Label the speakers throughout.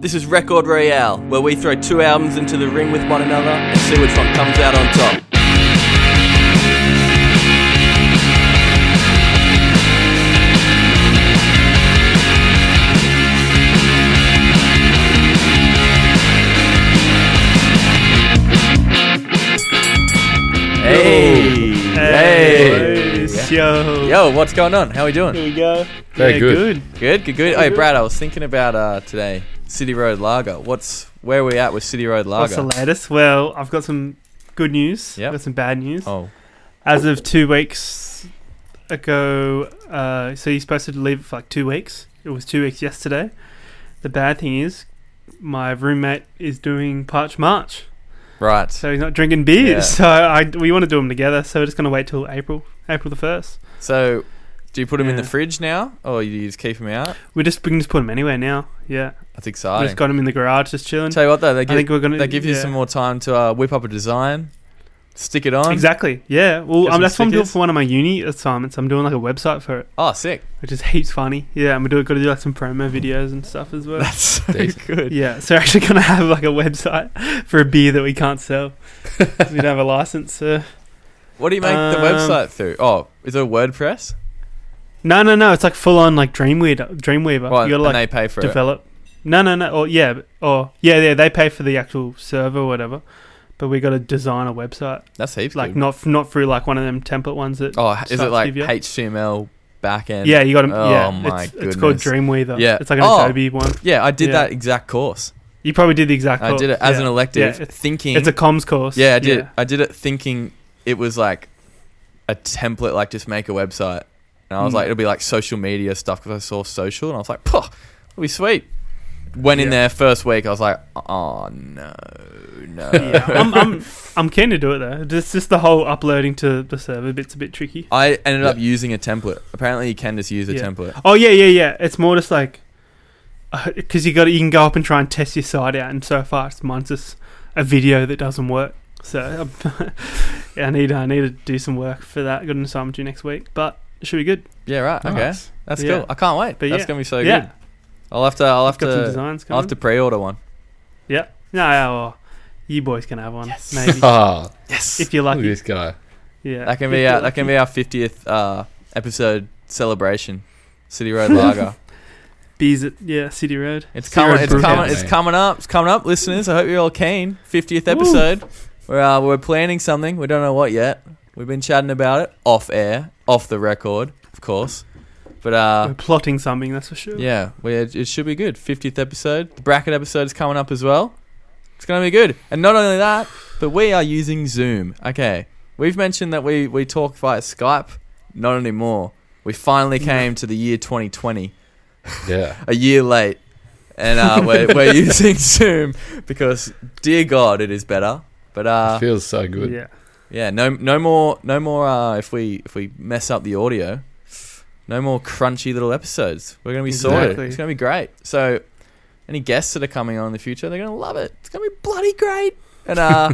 Speaker 1: This is Record Royale, where we throw two albums into the ring with one another and see which one comes out on top.
Speaker 2: Hey.
Speaker 1: Hey.
Speaker 2: Yo.
Speaker 1: Yo, what's going on? How we doing?
Speaker 2: Here we go.
Speaker 3: Very
Speaker 2: yeah,
Speaker 3: good.
Speaker 1: Good, good, good. Hey, Brad, I was thinking about uh, today City Road Lager. What's where we at with City Road
Speaker 2: What's the
Speaker 1: Lager?
Speaker 2: latest? Well, I've got some good news.
Speaker 1: Yep.
Speaker 2: I've got some bad news.
Speaker 1: Oh,
Speaker 2: As of two weeks ago, uh, so you're supposed to leave it for like two weeks. It was two weeks yesterday. The bad thing is, my roommate is doing Parch March,
Speaker 1: right.
Speaker 2: so he's not drinking beers.
Speaker 1: Yeah.
Speaker 2: So I, we want to do them together. So we're just going to wait till April, April the first.
Speaker 1: So, do you put them in the
Speaker 2: Yeah.
Speaker 1: fridge now, or you just keep them out?
Speaker 2: We just we can just put them anywhere now. Yeah,
Speaker 1: That's
Speaker 2: we
Speaker 1: exciting.
Speaker 2: just got them in the garage, just chilling.
Speaker 1: Tell you what, though, they
Speaker 2: I think
Speaker 1: give,
Speaker 2: we're gonna
Speaker 1: they give you
Speaker 2: yeah.
Speaker 1: some more time to uh, whip up a design, stick it on.
Speaker 2: Exactly. Yeah. Well,
Speaker 1: Get
Speaker 2: um,
Speaker 1: some
Speaker 2: that's what I'm doing
Speaker 1: stickers?
Speaker 2: for one of my uni assignments. I'm doing like a website for it,
Speaker 1: Oh, sick.
Speaker 2: which is heaps funny. Yeah, and we do got to do like some promo videos and stuff as well.
Speaker 1: That's so
Speaker 3: Decent.
Speaker 1: good.
Speaker 2: yeah. So we're actually gonna have like a website for a beer that we can't sell. 'cause we don't have a license. uh, So.
Speaker 1: What do you make the
Speaker 2: Um,
Speaker 1: website through? Oh, is it WordPress?
Speaker 2: No, no, no. It's like full on like Dreamweaver. Dreamweaver.
Speaker 1: Well,
Speaker 2: you gotta
Speaker 1: and
Speaker 2: like
Speaker 1: they pay for it.
Speaker 2: develop. No, no, no. Or yeah, but- or yeah, yeah. They pay for the actual server or whatever, but we got to design a website.
Speaker 1: That's heaps
Speaker 2: Like
Speaker 1: good.
Speaker 2: not not through like one of them template ones that.
Speaker 1: Oh, is it
Speaker 2: Starts
Speaker 1: like
Speaker 2: give you-
Speaker 1: HTML backend?
Speaker 2: Yeah, you got to.
Speaker 1: Oh,
Speaker 2: yeah,
Speaker 1: my
Speaker 2: it's, it's called
Speaker 1: goodness.
Speaker 2: Dreamweaver.
Speaker 1: Yeah.
Speaker 2: it's like an
Speaker 1: Oh.
Speaker 2: Adobe one.
Speaker 1: Yeah, I did
Speaker 2: Yeah.
Speaker 1: that exact course.
Speaker 2: You probably did the exact.
Speaker 1: I
Speaker 2: course.
Speaker 1: did it as
Speaker 2: yeah.
Speaker 1: an elective,
Speaker 2: Yeah, it's-
Speaker 1: thinking.
Speaker 2: It's a comms course.
Speaker 1: yeah, I did. it. I did it thinking it was like a template, like just make a website. And I was
Speaker 2: Mm.
Speaker 1: like, it'll be like social media stuff because I saw social, and I was like, "Poh, it'll be sweet." Went in
Speaker 2: Yeah.
Speaker 1: there first week, I was like, "Oh no, no."
Speaker 2: Yeah. I'm, I'm, I'm keen to do it though. Just, just the whole uploading to the server bit's a bit tricky.
Speaker 1: I ended
Speaker 3: Yeah.
Speaker 1: up using a template. Apparently, you can just use a
Speaker 2: Yeah.
Speaker 1: template.
Speaker 2: Oh yeah, yeah, yeah. It's more just like because you got you can go up and try and test your site out, and so far it's mine's just a video that doesn't work. So I'm- yeah, I need I need to do some work for that. Got an assignment due next week, but it should be good.
Speaker 1: Yeah, right. Okay,
Speaker 3: Nice.
Speaker 1: that's
Speaker 2: Yeah.
Speaker 1: cool. I can't wait.
Speaker 2: But
Speaker 1: that's
Speaker 2: yeah.
Speaker 1: gonna be so
Speaker 2: yeah,
Speaker 1: good. I'll have to. I'll have
Speaker 2: got some
Speaker 1: to.
Speaker 2: designs coming.
Speaker 1: I'll have to pre-order one.
Speaker 2: No, yeah, well, you boys can have one
Speaker 1: Yes.
Speaker 2: maybe
Speaker 3: Ah,
Speaker 1: Yes,
Speaker 2: if you're
Speaker 3: look at
Speaker 2: lucky.
Speaker 3: this guy.
Speaker 2: Yeah,
Speaker 1: that can
Speaker 2: if
Speaker 1: be
Speaker 2: you're
Speaker 1: our, that can
Speaker 2: lucky.
Speaker 1: be our fiftieth uh, episode celebration. City Road Lager.
Speaker 2: bees at yeah City Road.
Speaker 1: It's
Speaker 2: City
Speaker 1: coming.
Speaker 2: Road
Speaker 1: It's
Speaker 2: Brewhouse.
Speaker 1: coming. It's
Speaker 3: mate.
Speaker 1: coming up. It's coming up, listeners. I hope you're all keen. Fiftieth
Speaker 2: Woo.
Speaker 1: episode. We're uh, we're planning something. We don't know what yet. We've been chatting about it off air, off the record, of course. But uh,
Speaker 2: We're plotting something, that's for sure.
Speaker 1: yeah, we, it should be good. Fiftieth episode. The bracket episode is coming up as well. It's gonna be good. And not only that, but we are using Zoom. Okay, we've mentioned that we we talk via Skype. Not anymore. We finally
Speaker 2: No.
Speaker 1: came to the year 2020
Speaker 3: Yeah.
Speaker 1: a year late, and uh, we're, we're using Zoom because, dear God, it is better. But uh,
Speaker 3: feels so good.
Speaker 2: Yeah.
Speaker 1: yeah, no, no more, no more. Uh, if we if we mess up the audio, no more crunchy little episodes. We're gonna be sorted.
Speaker 2: Exactly.
Speaker 1: It's gonna be great. So, any guests that are coming on in the future, they're gonna love it. It's gonna be bloody great. And uh,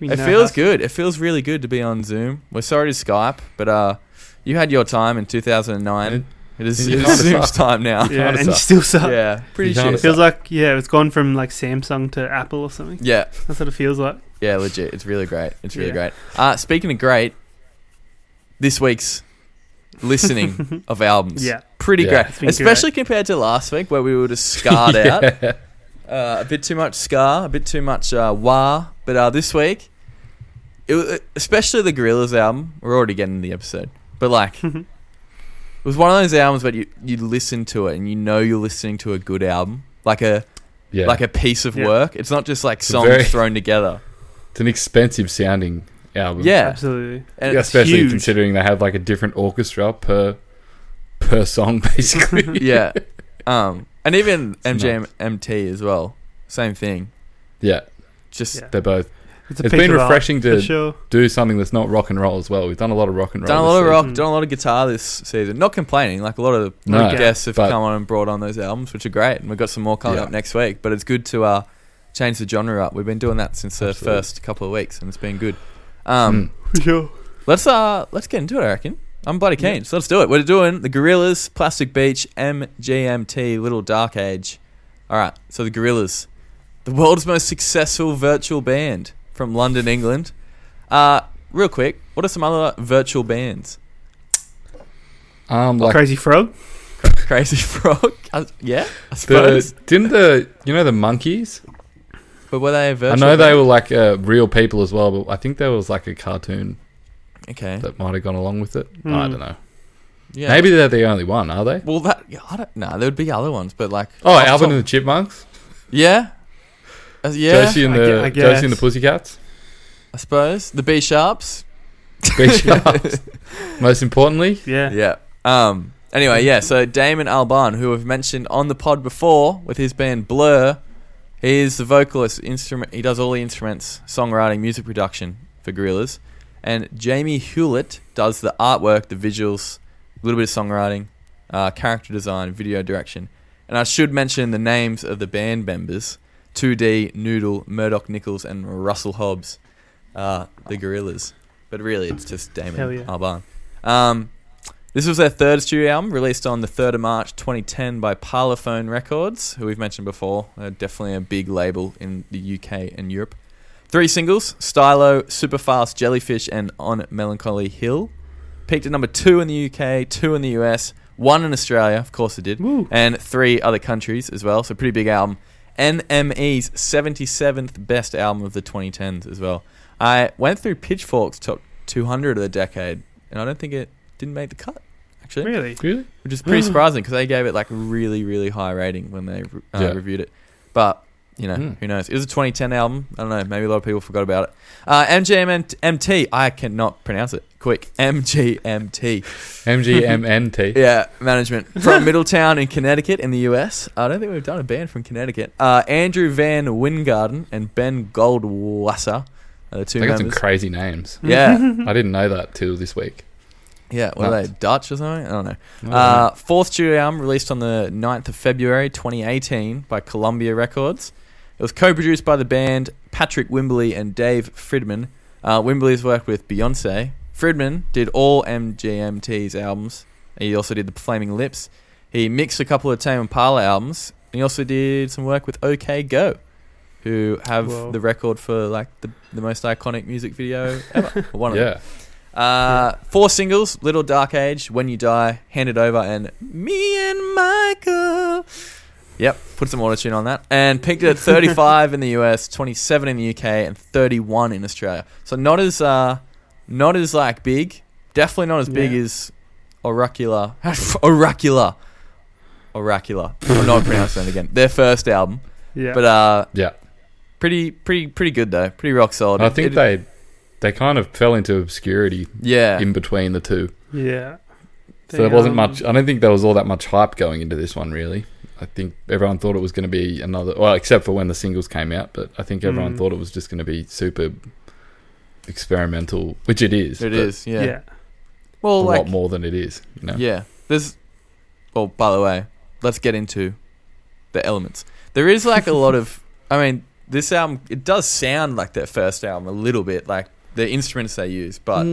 Speaker 2: We
Speaker 1: it
Speaker 2: know
Speaker 1: feels
Speaker 2: how-
Speaker 1: good. It feels really good to be on Zoom. We're sorry to Skype, but uh, you had your time in 2009. It is
Speaker 3: and
Speaker 1: it
Speaker 3: you
Speaker 1: is
Speaker 3: kinda
Speaker 1: Zoom's
Speaker 3: suck.
Speaker 1: time now.
Speaker 2: Yeah,
Speaker 3: Hard
Speaker 2: and
Speaker 3: as
Speaker 2: you
Speaker 3: up.
Speaker 2: still suck.
Speaker 1: Yeah, pretty
Speaker 3: You
Speaker 1: sure.
Speaker 3: kinda
Speaker 2: It feels like, yeah, it's gone from like Samsung to Apple or something.
Speaker 1: Yeah,
Speaker 2: That's what it feels like.
Speaker 1: Yeah, legit. It's really great. It's really
Speaker 2: Yeah.
Speaker 1: great. Uh, speaking of great, this week's listening of albums.
Speaker 2: Yeah.
Speaker 1: Pretty
Speaker 3: Yeah.
Speaker 2: It's
Speaker 1: great.
Speaker 2: been
Speaker 1: Especially compared to last week where we were just scarred out. Uh, a bit too much scar, a bit too much uh, wah. But uh, this week, it, wa- uh, especially the Gorillaz album, we're already getting into the episode. But like, it was one of those albums where you, you listen to it and you know you're listening to a good album. Like a
Speaker 3: Yeah.
Speaker 1: like a piece of
Speaker 2: Yeah.
Speaker 1: work. It's not just like
Speaker 3: a
Speaker 1: songs
Speaker 3: very-
Speaker 1: thrown together.
Speaker 3: it's an expensive sounding album.
Speaker 1: Yeah.
Speaker 2: Absolutely.
Speaker 1: And
Speaker 3: Yeah,
Speaker 1: it's
Speaker 3: especially
Speaker 2: huge.
Speaker 3: considering they have like a different orchestra per per song basically.
Speaker 1: yeah. Um, and even MJMT
Speaker 3: nuts.
Speaker 1: as well. Same thing.
Speaker 3: yeah.
Speaker 1: Just
Speaker 2: Yeah.
Speaker 3: They're both
Speaker 2: It's, a
Speaker 3: It's
Speaker 2: piece
Speaker 3: been
Speaker 2: of art,
Speaker 3: refreshing
Speaker 2: for
Speaker 3: to
Speaker 2: sure.
Speaker 3: do something that's not rock and roll as well. We've done a lot of rock and roll.
Speaker 1: done a lot of
Speaker 3: this
Speaker 1: rock,
Speaker 2: Mm.
Speaker 1: done a lot of guitar this season. Not complaining. Like a lot of the
Speaker 3: No,
Speaker 1: the guests have
Speaker 3: but-
Speaker 1: come on and brought on those albums, which are great. And we've got some more coming
Speaker 3: Yeah.
Speaker 1: up next week. But it's good to uh, change the genre up. We've been doing that since the
Speaker 3: Absolutely.
Speaker 1: first couple of weeks, and it's been good.
Speaker 3: season.
Speaker 1: Um,
Speaker 3: Mm.
Speaker 2: For sure.
Speaker 1: let's uh, let's get into it. I reckon. I'm bloody keen. So let's do it. We're doing the Gorillas, Plastic Beach, MGMT, Little Dark Age, All right, so the Gorillas, the world's most successful virtual band from London, England. Uh, real quick, what are some other virtual bands?
Speaker 3: Um, like
Speaker 2: Crazy Frog.
Speaker 1: Crazy Frog, Uh, yeah, I suppose.
Speaker 3: the didn't the you know the monkeys?
Speaker 1: but were they a
Speaker 3: I
Speaker 1: virtual?
Speaker 3: know they
Speaker 1: band?
Speaker 3: were like uh, real people as well, but I think there was like a cartoon
Speaker 1: Okay,
Speaker 3: that might have gone along with it.
Speaker 2: Hmm.
Speaker 3: I don't know.
Speaker 1: yeah.
Speaker 3: Maybe they're the only one, are they?
Speaker 1: Well, that yeah, I don't know. there would be other ones, but like
Speaker 3: Oh,
Speaker 1: off
Speaker 3: Alvin
Speaker 1: top-
Speaker 3: and the Chipmunks,
Speaker 1: yeah, Uh, yeah.
Speaker 3: Josie and
Speaker 2: I
Speaker 3: the
Speaker 2: gue- I
Speaker 3: Josie and the
Speaker 2: guess.
Speaker 3: Pussycats,
Speaker 1: I suppose the B sharps.
Speaker 3: Big Sharks. Most importantly,
Speaker 2: Yeah.
Speaker 1: Yeah. Um. Anyway, yeah. So Damon Albarn, who we've mentioned on the pod before with his band Blur, he is the vocalist. Instrument. He does all the instruments, songwriting, music production for Gorillaz, and Jamie Hewlett does the artwork, the visuals, a little bit of songwriting, uh, character design, video direction. And I should mention the names of the band members: 2D Noodle, Murdoch Nichols, and Russell Hobbs, uh, the Gorillaz. But really, it's just
Speaker 2: Hell
Speaker 1: Damon
Speaker 2: yeah.
Speaker 1: Albarn. Um, this was their third studio album, released on the 3rd of March 2010 by Parlophone Records, who we've mentioned before. They're definitely a big label in the UK and Europe. Three singles Stylo, Superfast, Jellyfish, and On Melancholy Hill. Peaked at number two in the UK, two in the US, one in Australia, of course it did,
Speaker 2: Woo.
Speaker 1: and three other countries as well. So, pretty big album. NME's 77th best album of the 2010s as well. I went through Pitchfork's top 200 of the decade, and I don't think it didn't make the cut, actually,
Speaker 2: Really?
Speaker 3: really?
Speaker 1: which is pretty surprising because they gave it like a really, really high rating when they uh,
Speaker 3: Yeah.
Speaker 1: reviewed it. But you know,
Speaker 3: Hmm.
Speaker 1: who knows? It was a 2010 album. I don't know. Maybe a lot of people forgot about it. Uh, MGMT. I cannot pronounce it. Quick, MGMT.
Speaker 3: MGMNT.
Speaker 1: Yeah, management from Middletown in Connecticut in the US. I don't think we've done a band from Connecticut. Uh, Andrew Van Wingarden and Ben Goldwasser are the two
Speaker 3: They got some
Speaker 1: members. Mm-hmm.
Speaker 3: crazy names.
Speaker 1: yeah,
Speaker 3: I didn't know that till this week.
Speaker 1: yeah. What are
Speaker 3: Nuts.
Speaker 1: they Dutch or something? I don't know.
Speaker 3: I don't
Speaker 1: Uh, fourth studio album released on the 9th of February 2018 by Columbia Records. It was co produced by the band Patrick Wimbley and Dave Fridman. Uh, Wimbley's worked with Beyonce. Fridman did all MGMT's albums. He also did the Flaming Lips. He mixed a couple of Tame Impala albums. And he also did some work with OK Go, who have
Speaker 2: Whoa.
Speaker 1: the record for like the, the most iconic music video ever. or
Speaker 3: know.
Speaker 1: One of them.
Speaker 3: yeah.
Speaker 1: Uh, Four singles: "Little Dark Age," "When You Die," "Handed Over," and "Me and Michael." Yep, put some auto tune on that, and peaked at 35 in the US, 27 in the UK, and 31 in Australia. So not as uh, not as like big. Definitely not as big
Speaker 2: Yeah.
Speaker 1: as Oracular. Oracular. Oracular. I'm not pronouncing it again. Their first album,
Speaker 2: Yeah.
Speaker 1: but uh,
Speaker 3: Yeah.
Speaker 1: pretty, pretty, pretty good though. Pretty rock solid.
Speaker 3: I think
Speaker 1: It-
Speaker 3: they they kind of fell into obscurity
Speaker 1: yeah,
Speaker 3: in between the two.
Speaker 2: yeah.
Speaker 3: So there wasn't
Speaker 2: um,
Speaker 3: much. I don't think there was all that much hype going into this one, really. I think everyone thought it was going to be another. Well, except for when the singles came out, but I think everyone
Speaker 2: Mm.
Speaker 3: thought it was just going to be super experimental, which it is.
Speaker 1: it
Speaker 3: but
Speaker 1: is.
Speaker 2: Yeah.
Speaker 1: Yeah.
Speaker 2: yeah.
Speaker 1: Well,
Speaker 3: a
Speaker 1: like
Speaker 3: lot more than it is. You know?
Speaker 1: Yeah. There's. Well, by the way, let's get into the elements. There is like a lot of. I mean, this album it does sound like their first album a little bit, like the instruments they use, but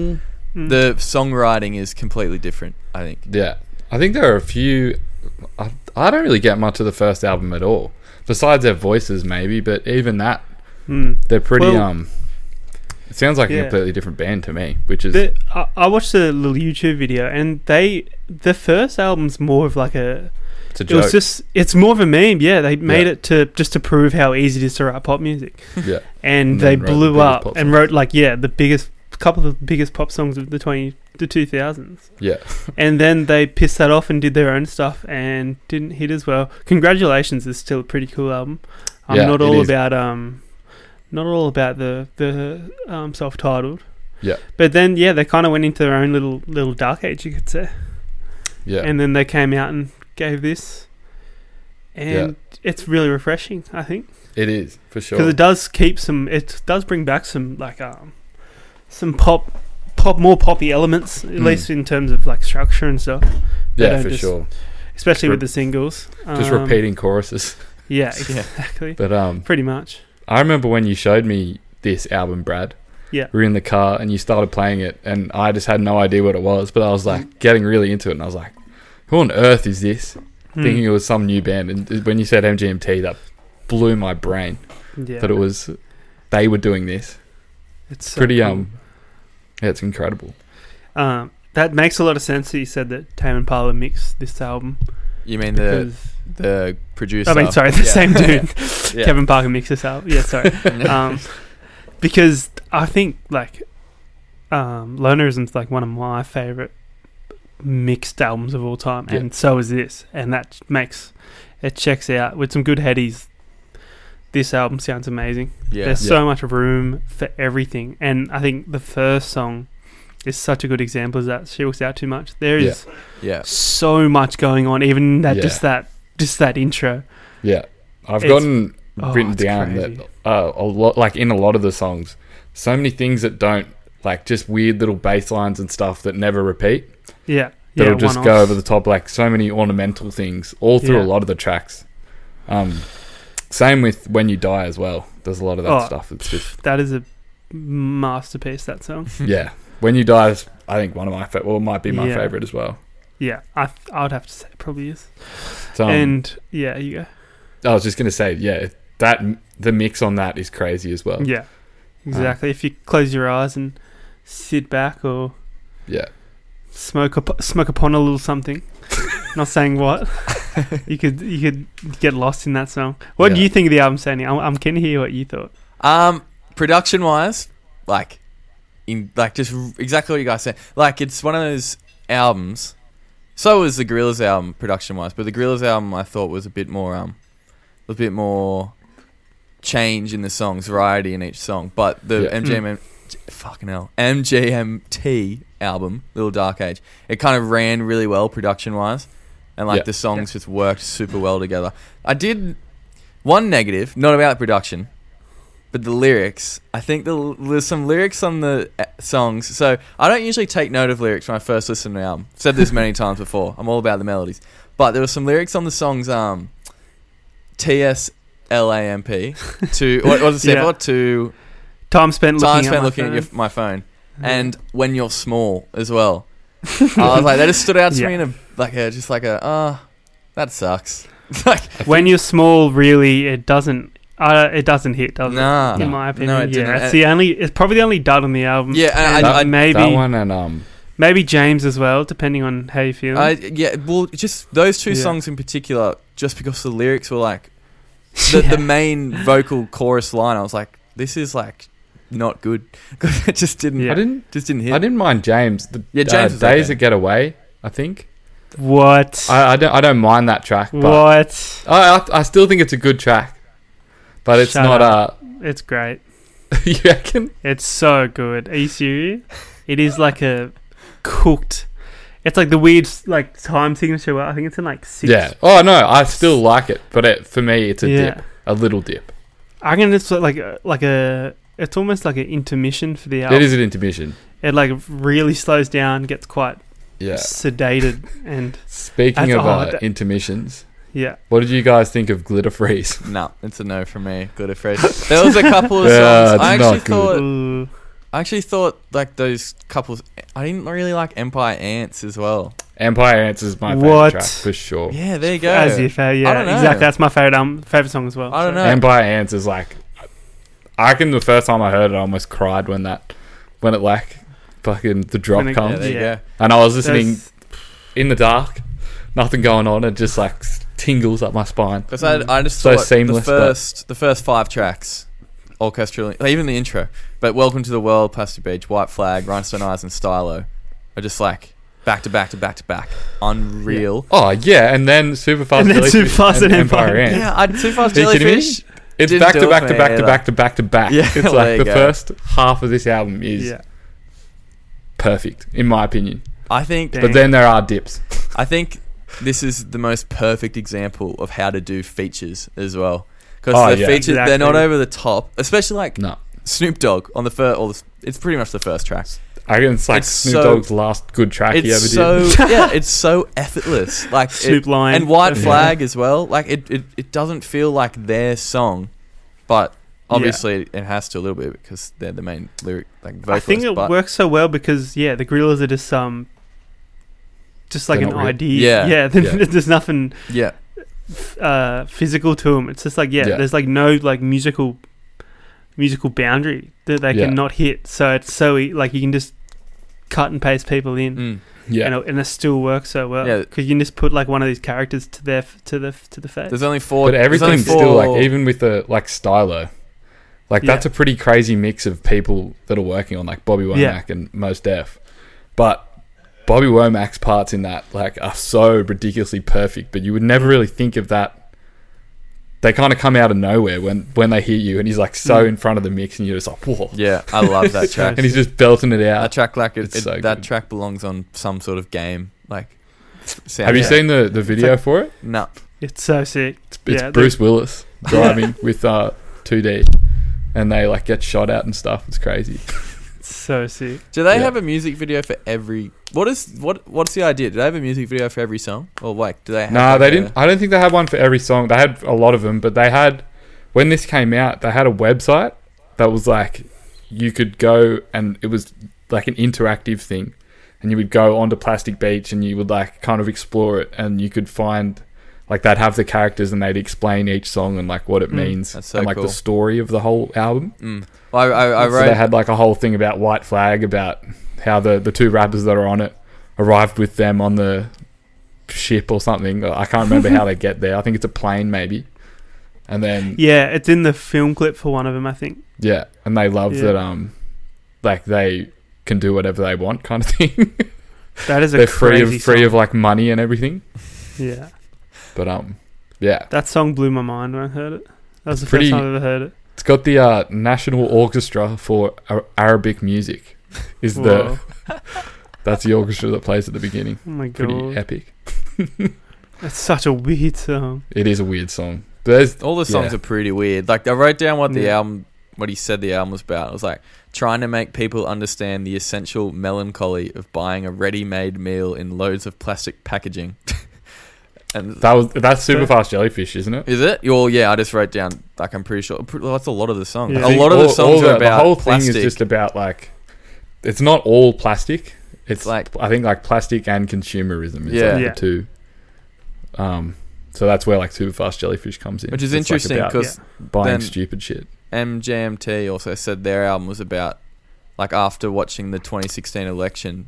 Speaker 2: Mm.
Speaker 1: the songwriting is completely different. I think.
Speaker 3: Yeah. I think there are a few. I, I don't really get much of the first album at all, besides their voices, maybe. But even that,
Speaker 2: Mm.
Speaker 3: they're pretty.
Speaker 2: Well-
Speaker 3: um, it sounds like a
Speaker 2: Yeah.
Speaker 3: completely different band to me, which is
Speaker 2: The, I, I watched a little YouTube video, and they the first album's more of like a.
Speaker 3: it's a
Speaker 2: It was
Speaker 3: joke.
Speaker 2: just it's more of a meme. Yeah, they made
Speaker 3: Yeah.
Speaker 2: it to just to prove how easy it is to write pop music,
Speaker 3: yeah.
Speaker 2: and
Speaker 3: And
Speaker 2: they
Speaker 3: then wrote the
Speaker 2: blew
Speaker 3: biggest
Speaker 2: up
Speaker 3: pop
Speaker 2: and
Speaker 3: songs.
Speaker 2: wrote like yeah the biggest couple of the biggest pop songs of the twenty the two thousands.
Speaker 3: Yeah.
Speaker 2: and then they pissed that off and did their own stuff and didn't hit as well. Congratulations is still a pretty cool album. I'm
Speaker 3: Yeah,
Speaker 2: not
Speaker 3: it
Speaker 2: all
Speaker 3: is.
Speaker 2: about um, not all about the the um, self-titled.
Speaker 3: Yeah.
Speaker 2: But then yeah, they kind of went into their own little little dark age, you could say.
Speaker 3: Yeah.
Speaker 2: And then they came out and gave this, and it's really refreshing, I think,
Speaker 3: It is for sure.
Speaker 2: because it does keep some. It does bring back some like um, some pop. Pop more poppy elements, at
Speaker 3: Mm.
Speaker 2: least in terms of like structure and stuff. they
Speaker 3: yeah,
Speaker 2: don't
Speaker 3: for
Speaker 2: just-
Speaker 3: sure.
Speaker 2: especially
Speaker 3: Re-
Speaker 2: with the singles.
Speaker 3: Just
Speaker 2: Um,
Speaker 3: repeating choruses.
Speaker 2: Yeah,
Speaker 1: Yeah.
Speaker 2: exactly.
Speaker 3: But um,
Speaker 2: Pretty much.
Speaker 3: I remember when you showed me this album, Brad.
Speaker 2: Yeah.
Speaker 3: We were in the car and you started playing it, and
Speaker 2: Mm.
Speaker 3: I just had no idea what it was, but I was like getting really into it, and I was like, "Who on earth is this?"
Speaker 2: Hmm. Mm.
Speaker 3: thinking it was some new band. And when you said MGMT, that blew my brain
Speaker 2: yeah,
Speaker 3: that it was they were doing this.
Speaker 2: it's uh, so
Speaker 3: Pretty
Speaker 2: cool.
Speaker 3: um, yeah, it's incredible.
Speaker 2: Um, that makes a lot of sense that you said that Tame Impala mixed this album
Speaker 1: You mean the
Speaker 2: because
Speaker 1: the producer?
Speaker 2: I mean, sorry, the
Speaker 1: Yeah.
Speaker 2: same dude,
Speaker 1: Yeah.
Speaker 2: Kevin Parker mixed this album. Yeah, sorry. um, because I think like um, Lonerism's like one of my favorite mixed albums of all time,
Speaker 3: Yeah.
Speaker 2: and so is this, and that makes it checks out with some good headies. This album sounds amazing.
Speaker 1: Yeah.
Speaker 2: There's
Speaker 3: Yeah.
Speaker 2: so much room for everything, and I think the first song is such a good example of that. She was out too much. There
Speaker 3: Yeah.
Speaker 2: is
Speaker 1: Yeah.
Speaker 2: so much going on, even that
Speaker 3: Yeah.
Speaker 2: just that just that intro.
Speaker 3: Yeah, I've
Speaker 2: It's-
Speaker 3: gotten
Speaker 2: oh,
Speaker 3: written
Speaker 2: it's
Speaker 3: down
Speaker 2: crazy.
Speaker 3: that uh, a lot, like in a lot of the songs, so many things that don't like just weird little bass lines and stuff that never repeat.
Speaker 2: Yeah, yeah,
Speaker 3: That'll just
Speaker 2: one-offs.
Speaker 3: go over the top, like so many ornamental things all through
Speaker 2: Yeah.
Speaker 3: a lot of the tracks. Um, same with when you die as well. There's a lot of that
Speaker 2: Oh.
Speaker 3: stuff. It's just
Speaker 2: That is a masterpiece. That song.
Speaker 3: yeah. When you die is, I think, one of my favorite. Well, might be my
Speaker 2: Yeah.
Speaker 3: favorite as well.
Speaker 2: Yeah, I th- I would have to say it probably is.
Speaker 3: So, um,
Speaker 2: and yeah, you go.
Speaker 3: I was just gonna say, yeah, that the mix on that is crazy as well.
Speaker 2: Yeah,
Speaker 3: Um,
Speaker 2: exactly. if you close your eyes and sit back or
Speaker 3: yeah.
Speaker 2: smoke up, smoke upon a little something, not saying what, you could you could get lost in that song. What do
Speaker 3: Yeah.
Speaker 2: you think of the album, Sandy? I'm, I'm keen to hear what you thought.
Speaker 1: Um, production wise, like, in like just r- exactly what you guys said. Like, it's one of those albums. So was the Gorillaz album production wise, but the Gorillaz album I thought was a bit more um, a bit more change in the songs, variety in each song. But the
Speaker 3: Yeah. Hmm.
Speaker 1: MGM, fucking hell, MGMT album, Little Dark Age, it kind of ran really well production wise, and like
Speaker 3: Yeah.
Speaker 1: the songs just worked super well together. I did one negative, not about production, but the lyrics. I think the, there's some lyrics on the uh, songs. So I don't usually take note of lyrics when I first listen to an album. Said this many times before. I'm all about the melodies. But there were some lyrics on the songs. Um, T S L A M P to what was it stand
Speaker 2: Yeah.
Speaker 1: for? To
Speaker 2: Time spent looking.
Speaker 1: time
Speaker 2: at
Speaker 1: spent
Speaker 2: my
Speaker 1: looking at your,
Speaker 2: phone.
Speaker 1: my phone, and when you're small as well. I was like, that just stood out to me in a like a just like a ah, that sucks. like
Speaker 2: when you're small, really, it doesn't. Uh, it doesn't hit, does
Speaker 1: nah,
Speaker 2: it? In my opinion,
Speaker 1: it
Speaker 2: yeah,
Speaker 1: didn't.
Speaker 2: it's the only. It's probably the only dud on the album.
Speaker 1: yeah, and
Speaker 2: And
Speaker 1: I, I,
Speaker 2: maybe
Speaker 3: that one and um,
Speaker 2: Maybe James as well, depending on how you feel.
Speaker 1: I, yeah, well, just those two
Speaker 2: Yeah.
Speaker 1: songs in particular, just because the lyrics were like the,
Speaker 2: Yeah.
Speaker 1: the main vocal chorus line, I was like, this is like not good. 'Cause it just didn't,
Speaker 2: Yeah.
Speaker 3: I didn't
Speaker 1: just didn't hit.
Speaker 3: I didn't mind James. The,
Speaker 1: Yeah, James
Speaker 3: uh,
Speaker 1: was
Speaker 3: days
Speaker 1: okay.
Speaker 3: that get away. I think
Speaker 2: what?
Speaker 3: I, I don't. I don't mind that track, but
Speaker 2: what?
Speaker 3: I, I I still think it's a good track. But it's
Speaker 2: Shut
Speaker 3: not
Speaker 2: up. It's great.
Speaker 3: uh you reckon?
Speaker 2: It's so good. Are you serious? It is like a cooked. It's like the weird like time signature. Where I think it's in like six.
Speaker 3: Yeah. Oh no, I still like it, but it, for me, it's a
Speaker 2: Yeah.
Speaker 3: dip, a little dip.
Speaker 2: I can just like a- like a. It's almost like an intermission for the album.
Speaker 3: It is an intermission.
Speaker 2: It like really slows down, gets quite
Speaker 3: Yeah.
Speaker 2: sedated, and
Speaker 3: Speaking
Speaker 2: That's-
Speaker 3: of
Speaker 2: oh,
Speaker 3: uh,
Speaker 2: that-
Speaker 3: intermissions,
Speaker 2: yeah,
Speaker 3: what did you guys think of Glitter Freeze?
Speaker 1: No, it's a no for me. Good at phrase. There was a couple of songs.
Speaker 3: Yeah, it's
Speaker 1: I actually
Speaker 3: not good.
Speaker 1: thought,
Speaker 2: Ooh.
Speaker 1: I actually thought like those couples. I didn't really like Empire Ants as well.
Speaker 3: Empire Answers my favorite
Speaker 2: What?
Speaker 3: track for sure.
Speaker 1: Yeah, there you go.
Speaker 2: as if uh, yeah,
Speaker 1: don't know.
Speaker 2: exactly. That's my favorite um favorite song as well.
Speaker 1: I don't know.
Speaker 3: Empire Ants is like, I can. The first time I heard it, I almost cried when that, when it like, fucking the drop
Speaker 2: When it-
Speaker 1: yeah,
Speaker 3: comes,
Speaker 1: there you
Speaker 2: Yeah.
Speaker 1: go.
Speaker 3: and I was
Speaker 2: There's-
Speaker 3: listening in the dark, nothing going on, it just like tingles up my spine.
Speaker 1: Because I, I just
Speaker 3: Mm. So
Speaker 1: thought
Speaker 3: seamless,
Speaker 1: the
Speaker 3: but-
Speaker 1: first the first five tracks, orchestral, even the intro. But Welcome to the World, Plastic Beach, White Flag, Rhinestone Eyes, and Stylo are just like back to back to back to back, unreal.
Speaker 3: Oh yeah, and then super fast,
Speaker 2: And then
Speaker 3: Jellyfish
Speaker 2: Superfast and Empire.
Speaker 1: Yeah,
Speaker 3: Ants.
Speaker 1: I too fast
Speaker 3: Are you kidding me?
Speaker 1: jellyfish.
Speaker 3: It's
Speaker 1: Didn't
Speaker 3: back
Speaker 1: do
Speaker 3: to
Speaker 1: it
Speaker 3: back
Speaker 1: for
Speaker 3: to
Speaker 1: me
Speaker 3: back to
Speaker 1: either.
Speaker 3: back to back to back.
Speaker 1: Yeah,
Speaker 3: it's
Speaker 1: there
Speaker 3: like
Speaker 1: you
Speaker 3: the
Speaker 1: go.
Speaker 3: first half of this album is
Speaker 2: Yeah.
Speaker 3: perfect, in my opinion.
Speaker 1: I think
Speaker 2: Dang.
Speaker 3: But then there are dips.
Speaker 1: I think this is the most perfect example of how to do features as well. Because
Speaker 3: Oh,
Speaker 1: the
Speaker 3: yeah.
Speaker 1: features they're not
Speaker 2: Exactly.
Speaker 1: over the top, especially like
Speaker 3: No,
Speaker 1: Snoop Dogg on the first. Or the, it's pretty much the first track.
Speaker 3: I can. It's like
Speaker 1: It's
Speaker 3: Snoop
Speaker 1: so-
Speaker 3: Dogg's last good track he ever
Speaker 1: It's so
Speaker 3: did.
Speaker 1: yeah, it's so effortless. Like it-
Speaker 2: Snoop Lion
Speaker 1: and White
Speaker 2: Yeah.
Speaker 1: Flag as well. Like it, it, it doesn't feel like their song, but obviously it has to a little bit because they're the main lyric like vocalist.
Speaker 2: I think it
Speaker 1: but
Speaker 2: works so well because yeah, the Gorillas are just um just like
Speaker 3: They're
Speaker 2: an
Speaker 3: not real.
Speaker 2: idea.
Speaker 1: Yeah.
Speaker 2: yeah, then
Speaker 3: Yeah.
Speaker 2: there's nothing
Speaker 1: Yeah.
Speaker 2: uh, physical to them. It's just like yeah,
Speaker 3: Yeah.
Speaker 2: there's like no like musical musical boundary that they
Speaker 3: Yeah.
Speaker 2: can not hit. So it's so e- like you can just cut and paste people in,
Speaker 1: Mm.
Speaker 3: Yeah.
Speaker 2: and it, and it still works so well
Speaker 1: Yeah.
Speaker 2: because you can just put like one of these characters to their f- to the f- to the face.
Speaker 1: There's only four.
Speaker 3: But
Speaker 1: there's only
Speaker 3: everything's still
Speaker 1: four-
Speaker 3: like even with the like stylo, like
Speaker 2: Yeah.
Speaker 3: that's a pretty crazy mix of people that are working on like Bobby Womack
Speaker 2: Yeah.
Speaker 3: and Most Def, but Bobby Womack's parts in that like are so ridiculously perfect, but you would never really think of that. They kind of come out of nowhere when when they hear you, and he's like so
Speaker 2: Mm.
Speaker 3: in front of the mix, and you're just like whoa,
Speaker 1: Yeah, I love that track.
Speaker 3: and he's just belting it
Speaker 1: That
Speaker 3: out.
Speaker 1: track, like, it,
Speaker 3: It's
Speaker 1: it-
Speaker 3: so
Speaker 1: that
Speaker 3: good.
Speaker 1: track belongs on some sort of game. Like, sound
Speaker 3: Have you
Speaker 1: check.
Speaker 3: seen the the video for it?
Speaker 1: No.
Speaker 2: it's so sick.
Speaker 3: It's, it's
Speaker 2: Yeah, the-
Speaker 3: Bruce Willis driving with uh 2D, and they like get shot at and stuff. It's crazy.
Speaker 2: It's so sick.
Speaker 1: Do they
Speaker 3: Yeah.
Speaker 1: have a music video for every? What is what? What's the idea? Do they have a music video for every song? Or like, do they? Have
Speaker 3: No,
Speaker 1: like
Speaker 3: they
Speaker 1: a-
Speaker 3: didn't. I don't think they had one for every song. They had a lot of them, but they had when this came out, they had a website that was like you could go and it was like an interactive thing, and you would go onto Plastic Beach and you would like kind of explore it, and you could find like they'd have the characters and they'd explain each song and like what it
Speaker 2: Mm.
Speaker 3: means
Speaker 1: Hmm, That's so
Speaker 3: and like
Speaker 1: cool.
Speaker 3: the story of the whole album.
Speaker 1: Mm. Well, I, I, I
Speaker 3: so they
Speaker 1: wrote.
Speaker 3: had like a whole thing about White Flag about how the the two rappers that are on it arrived with them on the ship or something. I can't remember how they get there. I think it's a plane maybe. And then
Speaker 2: Yeah, it's in the film clip for one of them, I think.
Speaker 3: yeah, and they love
Speaker 2: Yeah.
Speaker 3: that um like they can do whatever they want kind of thing.
Speaker 2: That is a
Speaker 3: They're free
Speaker 2: crazy
Speaker 3: of free of like money and everything.
Speaker 2: song. yeah.
Speaker 3: But um yeah.
Speaker 2: That song blew my mind when I heard it. That was
Speaker 3: It's
Speaker 2: the
Speaker 3: pretty-
Speaker 2: first time I've ever heard it.
Speaker 3: It's got the uh, National Orchestra for Ar- Arabic music. Is
Speaker 2: Whoa.
Speaker 3: the that's the orchestra that plays at the beginning.
Speaker 2: oh my
Speaker 3: Pretty
Speaker 2: god.
Speaker 3: epic.
Speaker 2: It's such a weird song.
Speaker 3: It is a weird song. There's
Speaker 1: All the songs
Speaker 3: Yeah.
Speaker 1: are pretty weird. Like, I wrote down what the
Speaker 2: Yeah.
Speaker 1: album, what he said the album was about. It was like trying to make people understand the essential melancholy of buying a ready-made meal in loads of plastic packaging. and
Speaker 3: that was that's super fast jellyfish, isn't it?
Speaker 1: Is it? Well, yeah, I just wrote down. Like, I'm pretty sure pr- well, that's a lot of the songs.
Speaker 2: Yeah.
Speaker 1: A lot of the
Speaker 3: All- all
Speaker 1: songs are about
Speaker 3: the whole
Speaker 1: plastic.
Speaker 3: thing is just about like it's not all plastic. It's
Speaker 1: like-
Speaker 3: like I think like plastic and consumerism is
Speaker 1: Yeah.
Speaker 3: like
Speaker 2: Yeah.
Speaker 3: the two. Um, so that's where like super fast jellyfish comes in,
Speaker 1: which is
Speaker 3: It's, like,
Speaker 1: interesting
Speaker 3: about
Speaker 1: because
Speaker 3: buying
Speaker 1: then-
Speaker 3: stupid shit.
Speaker 1: MJMT also said their album was about like after watching the 2016 election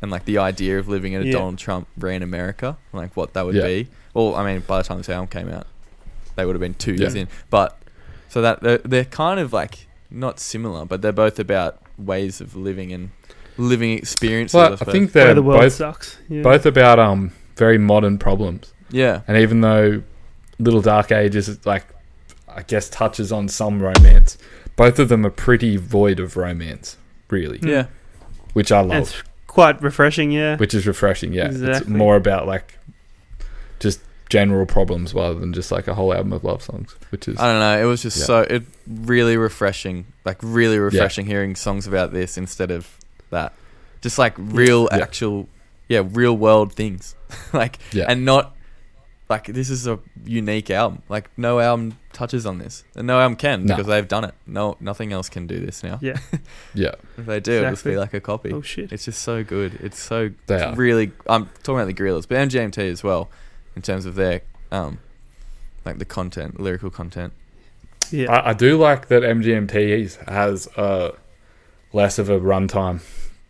Speaker 1: and like the idea of living in a
Speaker 2: Yeah.
Speaker 1: Donald Trump ran America, and, like what that would
Speaker 3: Yeah.
Speaker 1: be. Well, I mean, by the time this album came out, they would have been two
Speaker 3: Yeah.
Speaker 1: years in. But so that they're, they're kind of like not similar, but they're both about ways of living and living experiences.
Speaker 3: Well,
Speaker 1: I,
Speaker 3: I
Speaker 1: suppose.
Speaker 3: think
Speaker 2: Where
Speaker 3: they're
Speaker 2: the world
Speaker 3: both
Speaker 2: sucks. Yeah.
Speaker 3: both about um very modern problems.
Speaker 1: yeah,
Speaker 3: And even though Little Dark Ages is, like I guess touches on some romance, both of them are pretty void of romance, really.
Speaker 2: Mm.
Speaker 1: yeah,
Speaker 3: Which I love.
Speaker 2: It's quite refreshing, yeah.
Speaker 3: which is refreshing. Yeah, it's
Speaker 2: Exactly.
Speaker 3: more about like just general problems rather than just like a whole album of love songs, which
Speaker 2: Uh,
Speaker 3: is
Speaker 1: I don't know. It was just
Speaker 3: Yeah.
Speaker 1: so it really refreshing, like really refreshing hearing songs about this instead of that. Just like real
Speaker 3: Yeah.
Speaker 1: actual, yeah, real world things, like
Speaker 3: yeah,
Speaker 1: and not like this is a unique album. Like no album touches on this, and no album can
Speaker 3: No.
Speaker 1: because they've done it. No, nothing else can do this now.
Speaker 2: Yeah.
Speaker 3: yeah,
Speaker 1: If they do, it'll just be
Speaker 2: Exactly.
Speaker 1: like a copy.
Speaker 2: Oh shit.
Speaker 1: It's just so good. It's so
Speaker 3: they
Speaker 1: it's
Speaker 3: are.
Speaker 1: really. I'm talking about the Gorillas, but MGMT as well, in terms of their um, like the content, lyrical content.
Speaker 2: Yeah.
Speaker 3: I, I do like that MGMT has uh, less of a runtime.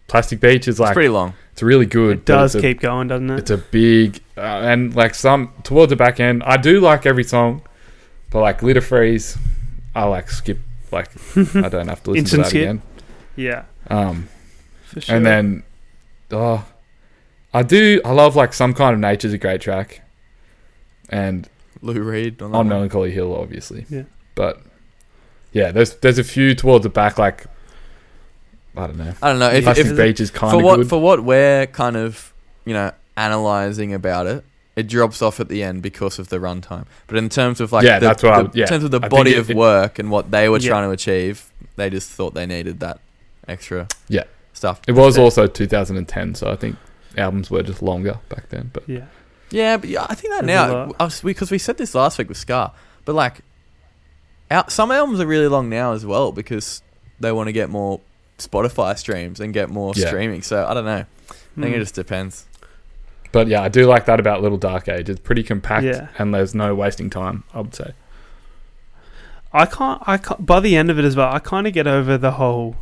Speaker 3: Plastic Beach is
Speaker 1: it's
Speaker 3: like
Speaker 1: pretty long.
Speaker 3: it's really good.
Speaker 2: it
Speaker 3: but
Speaker 2: does
Speaker 3: it's a-
Speaker 2: keep going, doesn't it?
Speaker 3: It's a big uh, and like some towards the back end. I do like every song, but like Litter Freeze, I like skip. Like I don't have to listen to
Speaker 2: Instant
Speaker 3: that
Speaker 2: skip.
Speaker 3: again.
Speaker 2: yeah.
Speaker 3: Um,
Speaker 2: For sure.
Speaker 3: And then, oh, I do. I love like some kind of nature's a great track, and
Speaker 1: Lou Reed on that
Speaker 3: on
Speaker 1: one.
Speaker 3: Melancholy Hill, obviously.
Speaker 2: Yeah.
Speaker 3: But yeah, there's there's a few towards the back, like I don't know.
Speaker 1: I don't know Uh, if,
Speaker 3: Plastic
Speaker 1: if
Speaker 3: Beach is kind
Speaker 1: for
Speaker 3: of
Speaker 1: what
Speaker 3: good.
Speaker 1: for what we're kind of you know analyzing about it. It drops off at the end because of the runtime. But in terms of like
Speaker 3: Yeah,
Speaker 1: the,
Speaker 3: that's what I
Speaker 1: the-
Speaker 3: would- yeah.
Speaker 1: in terms of the
Speaker 3: I think
Speaker 1: body
Speaker 3: it-
Speaker 1: of
Speaker 3: it-
Speaker 1: work and what they were
Speaker 2: Yeah.
Speaker 1: trying to achieve, they just thought they needed that extra
Speaker 3: Yeah.
Speaker 1: stuff.
Speaker 3: it was also 2010, so I think albums were just longer back then. But
Speaker 2: yeah.
Speaker 1: Yeah, but yeah, I think that
Speaker 2: There's a
Speaker 1: now
Speaker 2: lot.
Speaker 1: because we, 'cause we said this last week with Scar, but like, out, some albums are really long now as well because they want to get more Spotify streams and get more
Speaker 3: Yeah.
Speaker 1: streaming. So I don't know. I think
Speaker 2: Mm.
Speaker 1: it just depends.
Speaker 3: But yeah, I do like that about Little Dark Age. It's pretty compact
Speaker 2: Yeah.
Speaker 3: and there's no wasting time, I would say.
Speaker 2: I can't. I can't, by the end of it as well. I kind of get over the whole.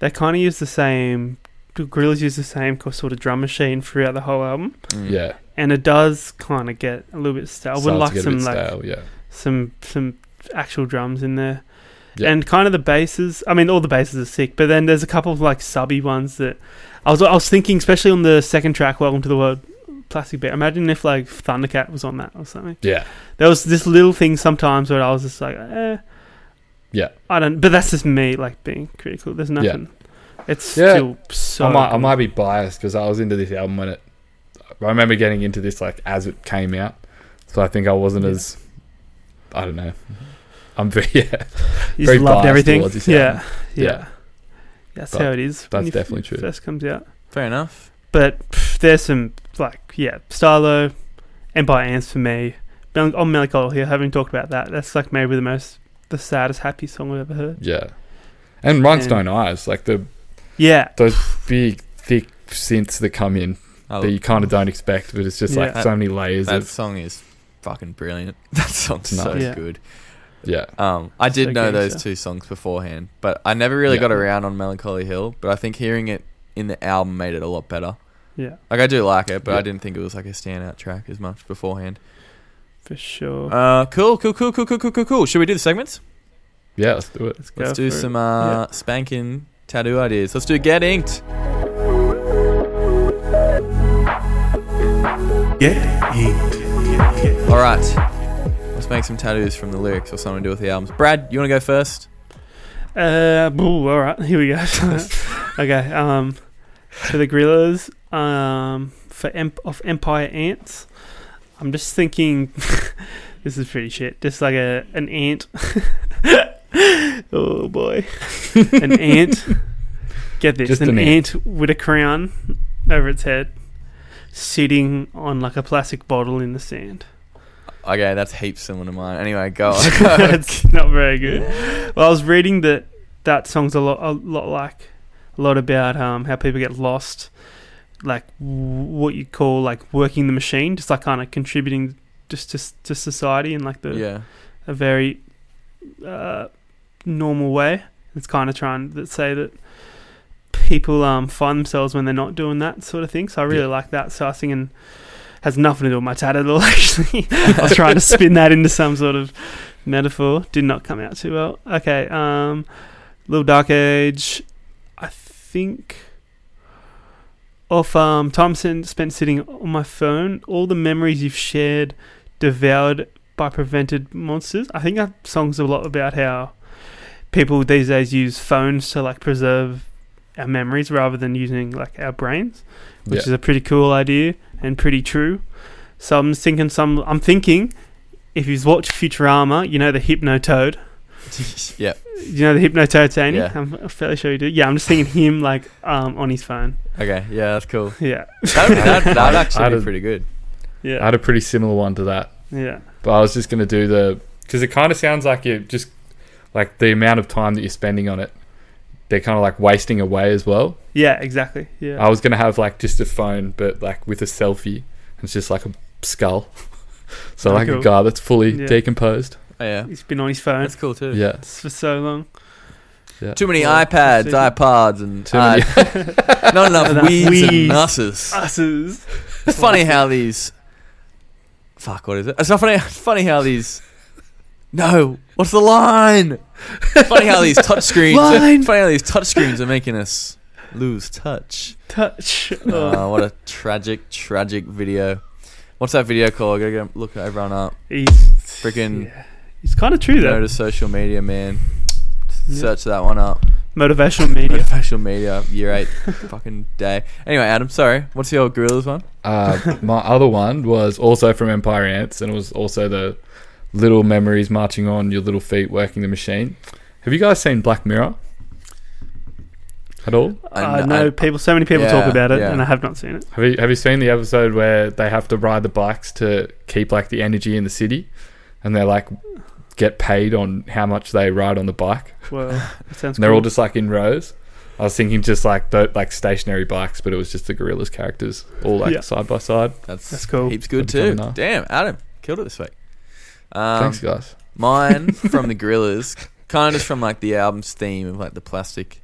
Speaker 2: They kind of use the same. The Gorillaz use the same co- sort of drum machine throughout the whole album,
Speaker 1: Mm.
Speaker 3: Yeah.
Speaker 2: and it does kind of get a little bit stale. I would
Speaker 3: starts
Speaker 2: like
Speaker 3: to get a
Speaker 2: some
Speaker 3: bit
Speaker 2: like
Speaker 3: stale, yeah.
Speaker 2: some some actual drums in there,
Speaker 3: Yeah.
Speaker 2: and kind of the basses. I mean, all the basses are sick, but then there's a couple of like subby ones that I was I was thinking, especially on the second track, "Welcome to the World." Plastic Bear. Imagine if like Thundercat was on that or something.
Speaker 3: Yeah.
Speaker 2: There was this little thing sometimes where I was just like, eh.
Speaker 3: Yeah.
Speaker 2: I don't, but that's just me like being critical. There's nothing. It's
Speaker 3: Yeah.
Speaker 2: still so.
Speaker 3: I might I
Speaker 2: good.
Speaker 3: might be biased because I was into this album when it. I remember getting into this like as it came out, so I think I wasn't
Speaker 2: Yeah.
Speaker 3: as. I don't know. I'm very yeah.
Speaker 2: You
Speaker 3: very
Speaker 2: just loved
Speaker 3: biased
Speaker 2: everything.
Speaker 3: towards this
Speaker 2: Yeah, yeah,
Speaker 3: Yeah.
Speaker 2: That's
Speaker 3: But
Speaker 2: how it is. when
Speaker 3: that's
Speaker 2: you
Speaker 3: definitely true.
Speaker 2: First comes out,
Speaker 1: Fair enough.
Speaker 2: but pff, there's some like yeah, Starlo, Empire Ants for me. Mel- On Melancholy here, having talked about that, that's like maybe the most the saddest happy song I've ever heard.
Speaker 3: Yeah, and Rhinestone Eyes like the
Speaker 2: Yeah,
Speaker 3: those big thick synths that come in
Speaker 1: I
Speaker 3: that you kind of don't expect, but it's just like
Speaker 2: Yeah.
Speaker 3: so many layers
Speaker 1: That
Speaker 3: of
Speaker 1: song is fucking brilliant. That song's so
Speaker 2: nice. Yeah.
Speaker 1: good.
Speaker 3: yeah.
Speaker 1: Um, I did
Speaker 2: So
Speaker 1: know
Speaker 2: good,
Speaker 1: those
Speaker 2: yeah.
Speaker 1: two songs beforehand, but I never really
Speaker 3: Yeah.
Speaker 1: got around on Melancholy Hill. But I think hearing it in the album made it a lot better.
Speaker 2: yeah,
Speaker 1: Like I do like it, but I
Speaker 3: Yeah.
Speaker 1: didn't think it was like a standout track as much beforehand.
Speaker 2: for sure.
Speaker 1: Uh, cool, cool, cool, cool, cool, cool, cool, cool. Should we do the segments?
Speaker 3: Yeah, let's do it.
Speaker 2: Let's go.
Speaker 1: Let's do
Speaker 2: for it.
Speaker 1: some uh,
Speaker 2: Yeah.
Speaker 1: spanking tattoo ideas. Let's do Get Inked.
Speaker 4: Get inked.
Speaker 1: All right, let's make some tattoos from the lyrics or something to do with the albums. Brad, you want to go first?
Speaker 2: Uh, boo, all right, here we go. okay, um, for the Gorillas, um, for Emp- of Empire Ants, I'm just thinking, this is pretty shit. Just like a an ant. oh boy, an ant. Get this,
Speaker 3: Just
Speaker 2: an,
Speaker 3: an
Speaker 2: ant. with a crown over its head, sitting on like a plastic bottle in the sand.
Speaker 1: Okay, that's heaps similar to mine. Anyway, go.
Speaker 2: That's not very good. Well, I was reading that that song's a lot, a lot like a lot about um, how people get lost, like w- what you call like working the machine, just like kind of contributing just to s- to society in like the
Speaker 1: yeah,
Speaker 2: a very uh, normal way. It's kind of trying to say that people um, find themselves when they're not doing that sort of thing. So I really
Speaker 3: Yeah.
Speaker 2: like that. So I was thinking has nothing to do with my tat at all. Actually, I was trying to spin that into some sort of metaphor. Did not come out too well. Okay, um, Little Dark Age. I think of um, time sen- spent sitting on my phone. All the memories you've shared, devoured by prevented monsters. I think that song's a lot about how people these days use phones to like preserve our memories rather than using like our brains, which
Speaker 3: Yeah.
Speaker 2: is a pretty cool idea and pretty true. So I'm thinking some. I'm thinking if you've watched Futurama, you know the Hypno Toad.
Speaker 1: yeah.
Speaker 2: You know the Hypno Toad, Tony.
Speaker 1: Yeah.
Speaker 2: I'm I'm fairly sure you do. Yeah, I'm just thinking him like um on his phone.
Speaker 1: Okay, yeah, that's cool.
Speaker 2: Yeah,
Speaker 1: That'd, that that'd actually
Speaker 3: I'd
Speaker 1: be
Speaker 3: have-
Speaker 1: pretty good.
Speaker 3: I
Speaker 2: yeah,
Speaker 3: had a pretty similar one to that.
Speaker 2: yeah,
Speaker 3: But I was just gonna do the because it kind of sounds like you just like the amount of time that you're spending on it. They're kind of like wasting away as well.
Speaker 2: yeah. Exactly. Yeah.
Speaker 3: I was gonna have like just a phone, but like with a selfie. And it's just like a skull. so
Speaker 2: Oh,
Speaker 3: like
Speaker 2: cool.
Speaker 3: a guy that's fully
Speaker 2: Yeah.
Speaker 3: decomposed.
Speaker 1: Oh, yeah,
Speaker 2: He's been on his phone
Speaker 1: that's cool too.
Speaker 3: Yeah.
Speaker 2: for so long.
Speaker 1: Too many
Speaker 2: Well,
Speaker 1: iPads,
Speaker 2: that's it.
Speaker 1: iPods, and
Speaker 3: Too many-
Speaker 1: uh, not enough
Speaker 2: Enough
Speaker 1: weeds, and
Speaker 2: weeds.
Speaker 1: nusses.
Speaker 2: Usses.
Speaker 1: It's funny how these. Fuck, what is it? It's not funny. Funny how these. No, what's the line? Funny how these touch screens.
Speaker 2: Line.
Speaker 1: Funny how these touch screens are making us lose touch.
Speaker 2: Touch.
Speaker 1: Uh, what a tragic, tragic video. What's that video called? I gotta go look everyone up.
Speaker 2: He's
Speaker 1: Freaking
Speaker 2: yeah. He's kind of true
Speaker 1: go
Speaker 2: though.
Speaker 1: to social media, man.
Speaker 2: Yeah.
Speaker 1: Search that one up.
Speaker 2: Motivational media.
Speaker 1: Social media, year eight, fucking day. Anyway, Adam, sorry. What's your gorillas one?
Speaker 3: Uh, my other one was also from Empire Ants, and it was also the little memories marching on your little feet working the machine. Have you guys seen Black Mirror at all?
Speaker 1: I
Speaker 2: I
Speaker 1: kn-
Speaker 2: know
Speaker 1: I-
Speaker 2: people. So many people talk
Speaker 1: Yeah,
Speaker 2: about it,
Speaker 1: yeah.
Speaker 2: and I have not seen it.
Speaker 3: Have you Have you seen the episode where they have to ride the bikes to keep like the energy in the city, and they're like get paid on how much they ride on the bike?
Speaker 2: Well, it sounds.
Speaker 3: And they're
Speaker 2: cool.
Speaker 3: all just like in rows. I was thinking just like the, like stationary bikes, but it was just the gorillas characters all like
Speaker 2: Yeah.
Speaker 3: side by side.
Speaker 1: That's,
Speaker 2: That's cool.
Speaker 1: Heaps good
Speaker 3: That'd be
Speaker 1: too.
Speaker 3: kinda nice.
Speaker 1: Damn, Adam killed it this week. Um,
Speaker 3: Thanks, guys.
Speaker 1: Mine from the Gorillas, kind of just from like the album's theme of like the plastic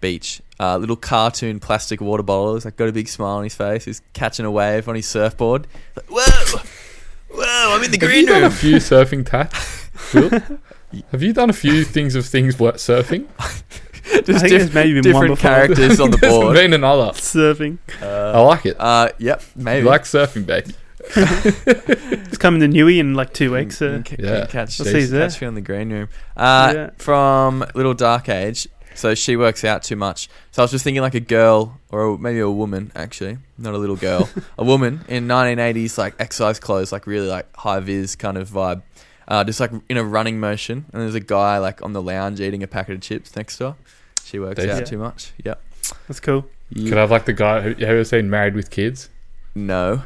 Speaker 1: beach, uh, little cartoon plastic water bottles. Like got a big smile on his face. He's catching a wave on his surfboard. Like, whoa, whoa! I'm in the
Speaker 3: Have you
Speaker 1: green
Speaker 3: done a
Speaker 1: room.
Speaker 3: few surfing tats? Will? Have you done a few things of things wor- surfing?
Speaker 2: I
Speaker 1: Just
Speaker 2: think
Speaker 1: diff-
Speaker 2: there's maybe been one
Speaker 1: different
Speaker 2: before.
Speaker 1: characters on the
Speaker 3: There's
Speaker 1: board.
Speaker 3: been another.
Speaker 2: Surfing.
Speaker 3: I like it.
Speaker 1: Uh, yep,
Speaker 3: You
Speaker 1: maybe.
Speaker 3: like surfing, baby.
Speaker 2: It's coming to Newey in like
Speaker 1: Mm,
Speaker 2: two weeks.
Speaker 1: Can-
Speaker 2: So.
Speaker 1: can
Speaker 3: Yeah.
Speaker 1: catch,
Speaker 2: We'll see
Speaker 1: catch
Speaker 2: there.
Speaker 1: me on the green room. Uh,
Speaker 2: Yeah.
Speaker 1: From Little Dark Age. So she works out too much. So I was just thinking like a girl or maybe a woman actually, not a little girl, a woman in 1980s like exercise clothes, like really like high vis kind of vibe, uh, just like in a running motion. And there's a guy like on the lounge eating a packet of chips next door. She works
Speaker 3: Decent.
Speaker 1: out
Speaker 2: Yeah.
Speaker 1: too much. Yep.
Speaker 2: That's cool.
Speaker 3: Could I have like the guy? Have you ever seen Married with Kids?
Speaker 1: No,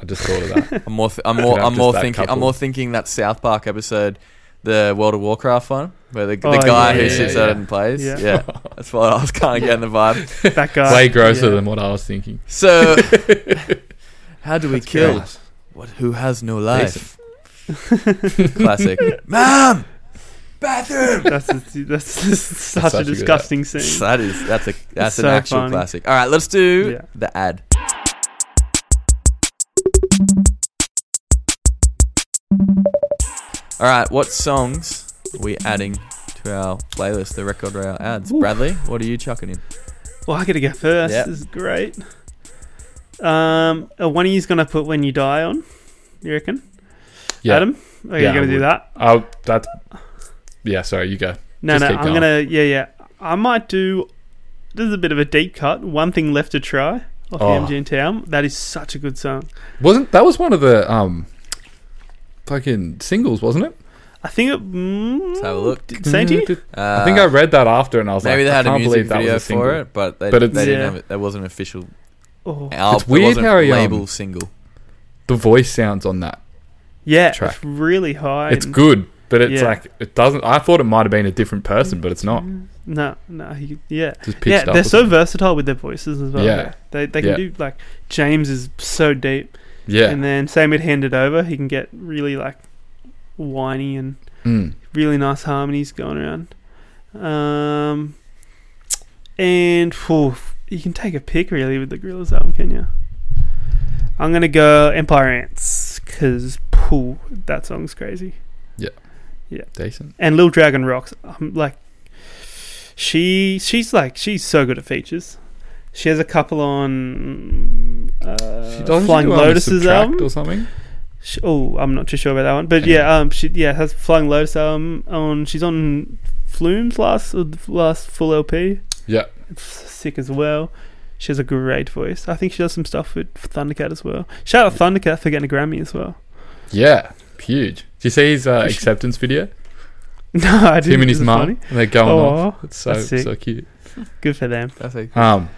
Speaker 3: I just thought of that.
Speaker 1: I'm more. Th- I'm more.
Speaker 3: Could have
Speaker 1: I'm more
Speaker 3: just that
Speaker 1: thinking. I'm
Speaker 3: couple.
Speaker 1: more thinking that South Park episode, the World of Warcraft one, where the, the
Speaker 2: Oh,
Speaker 1: guy
Speaker 3: yeah,
Speaker 1: who
Speaker 3: yeah,
Speaker 1: sits
Speaker 3: yeah.
Speaker 1: out and plays.
Speaker 2: Yeah.
Speaker 1: Yeah. that's what I was kind of getting the vibe.
Speaker 2: That guy.
Speaker 3: Way grosser
Speaker 2: yeah.
Speaker 3: than what I was thinking.
Speaker 1: So, how do we kill
Speaker 3: Nice.
Speaker 1: what who has no life? Classic, ma'am, bathroom.
Speaker 2: That's a, that's just such,
Speaker 3: such a
Speaker 2: a
Speaker 3: good
Speaker 2: disgusting scene.
Speaker 1: That is that's a that's an
Speaker 2: so
Speaker 1: actual
Speaker 2: funny.
Speaker 1: classic. All right, let's do
Speaker 2: Yeah.
Speaker 1: the ad. All right, what songs are we adding to our playlist, the record rail ads?
Speaker 2: Oof.
Speaker 1: Bradley, what are you chucking in?
Speaker 2: Well, I gotta go first.
Speaker 1: Yeah.
Speaker 2: This is great. Um, uh, one of you's gonna put "When You Die" on. You reckon?
Speaker 3: Yeah.
Speaker 2: Adam, are
Speaker 3: Yeah,
Speaker 2: you
Speaker 3: I
Speaker 2: gonna do
Speaker 3: would.
Speaker 2: that?
Speaker 3: Oh, that's. Yeah, sorry, you go.
Speaker 2: No,
Speaker 3: Just
Speaker 2: no.
Speaker 3: keep
Speaker 2: I'm
Speaker 3: going.
Speaker 2: gonna. Yeah, yeah. I might do. This is a bit of a deep cut. One thing left to try off
Speaker 3: Oh.
Speaker 2: the MG and Town. That is such a good song.
Speaker 3: Wasn't that was one of the um, fucking singles, wasn't it? Mm-hmm.
Speaker 2: I think it. Mm,
Speaker 1: Let's have a look.
Speaker 2: did- Sainty?
Speaker 1: Uh,
Speaker 3: I think I read that after, and I was
Speaker 1: maybe
Speaker 3: like,
Speaker 1: they had
Speaker 3: I
Speaker 1: a
Speaker 3: can't
Speaker 1: music
Speaker 3: believe that was
Speaker 1: video
Speaker 3: a single.
Speaker 1: for it, but they,
Speaker 3: But
Speaker 1: they
Speaker 3: it's-
Speaker 1: didn't
Speaker 2: Yeah.
Speaker 1: have it. That wasn't an official
Speaker 2: Oh,
Speaker 1: album.
Speaker 3: weird
Speaker 1: it wasn't
Speaker 3: how
Speaker 1: a
Speaker 3: he, um,
Speaker 1: label single.
Speaker 3: The voice sounds on that.
Speaker 2: yeah,
Speaker 3: Track.
Speaker 2: it's really high.
Speaker 3: It's
Speaker 2: and-
Speaker 3: good, but it's
Speaker 2: Yeah.
Speaker 3: like it doesn't. I thought it might have been a different person, but it's not.
Speaker 1: Mm.
Speaker 2: No, no. he- Yeah,
Speaker 3: It's just pitched
Speaker 2: yeah.
Speaker 3: up.
Speaker 2: They're
Speaker 3: or
Speaker 2: so
Speaker 3: something.
Speaker 2: versatile with their voices as well.
Speaker 3: Yeah.
Speaker 2: Yeah. They they can
Speaker 3: Yeah.
Speaker 2: do like James is so deep.
Speaker 3: yeah.
Speaker 2: And then same with Handed Over, he can get really like whiny and
Speaker 3: Mm.
Speaker 2: really nice harmonies going around. Um, and phew, you can take a pick really with the Gorillaz album, can you? I'm gonna go Empire Ants because phew, that song's crazy.
Speaker 3: Decent.
Speaker 2: And Lil Dragon rocks. I'm like, she she's like she's so good at features. She has a couple on
Speaker 3: She
Speaker 2: uh,
Speaker 3: doesn't she
Speaker 2: Flying
Speaker 3: do, um,
Speaker 2: Lotus's
Speaker 3: Subtract
Speaker 2: album.
Speaker 3: or something.
Speaker 2: Sh oh, I'm not too sure about that one, but
Speaker 3: Anyway.
Speaker 2: yeah, um, she yeah has Flying Lotus album on. She's on Flume's last uh, last full LP.
Speaker 3: Yeah.
Speaker 2: it's sick as well. She has a great voice. I think she does some stuff with Thundercat as well. Shout out Thundercat for getting a Grammy as well.
Speaker 3: Yeah, huge. Do you see his uh, acceptance video?
Speaker 2: No, I didn't.
Speaker 3: Him and his
Speaker 2: Is it
Speaker 3: mum,
Speaker 2: funny?
Speaker 3: and they're going off.
Speaker 2: Oh,
Speaker 3: It's so
Speaker 2: that's sick.
Speaker 3: so cute.
Speaker 2: good for them.
Speaker 1: That's a
Speaker 3: Um,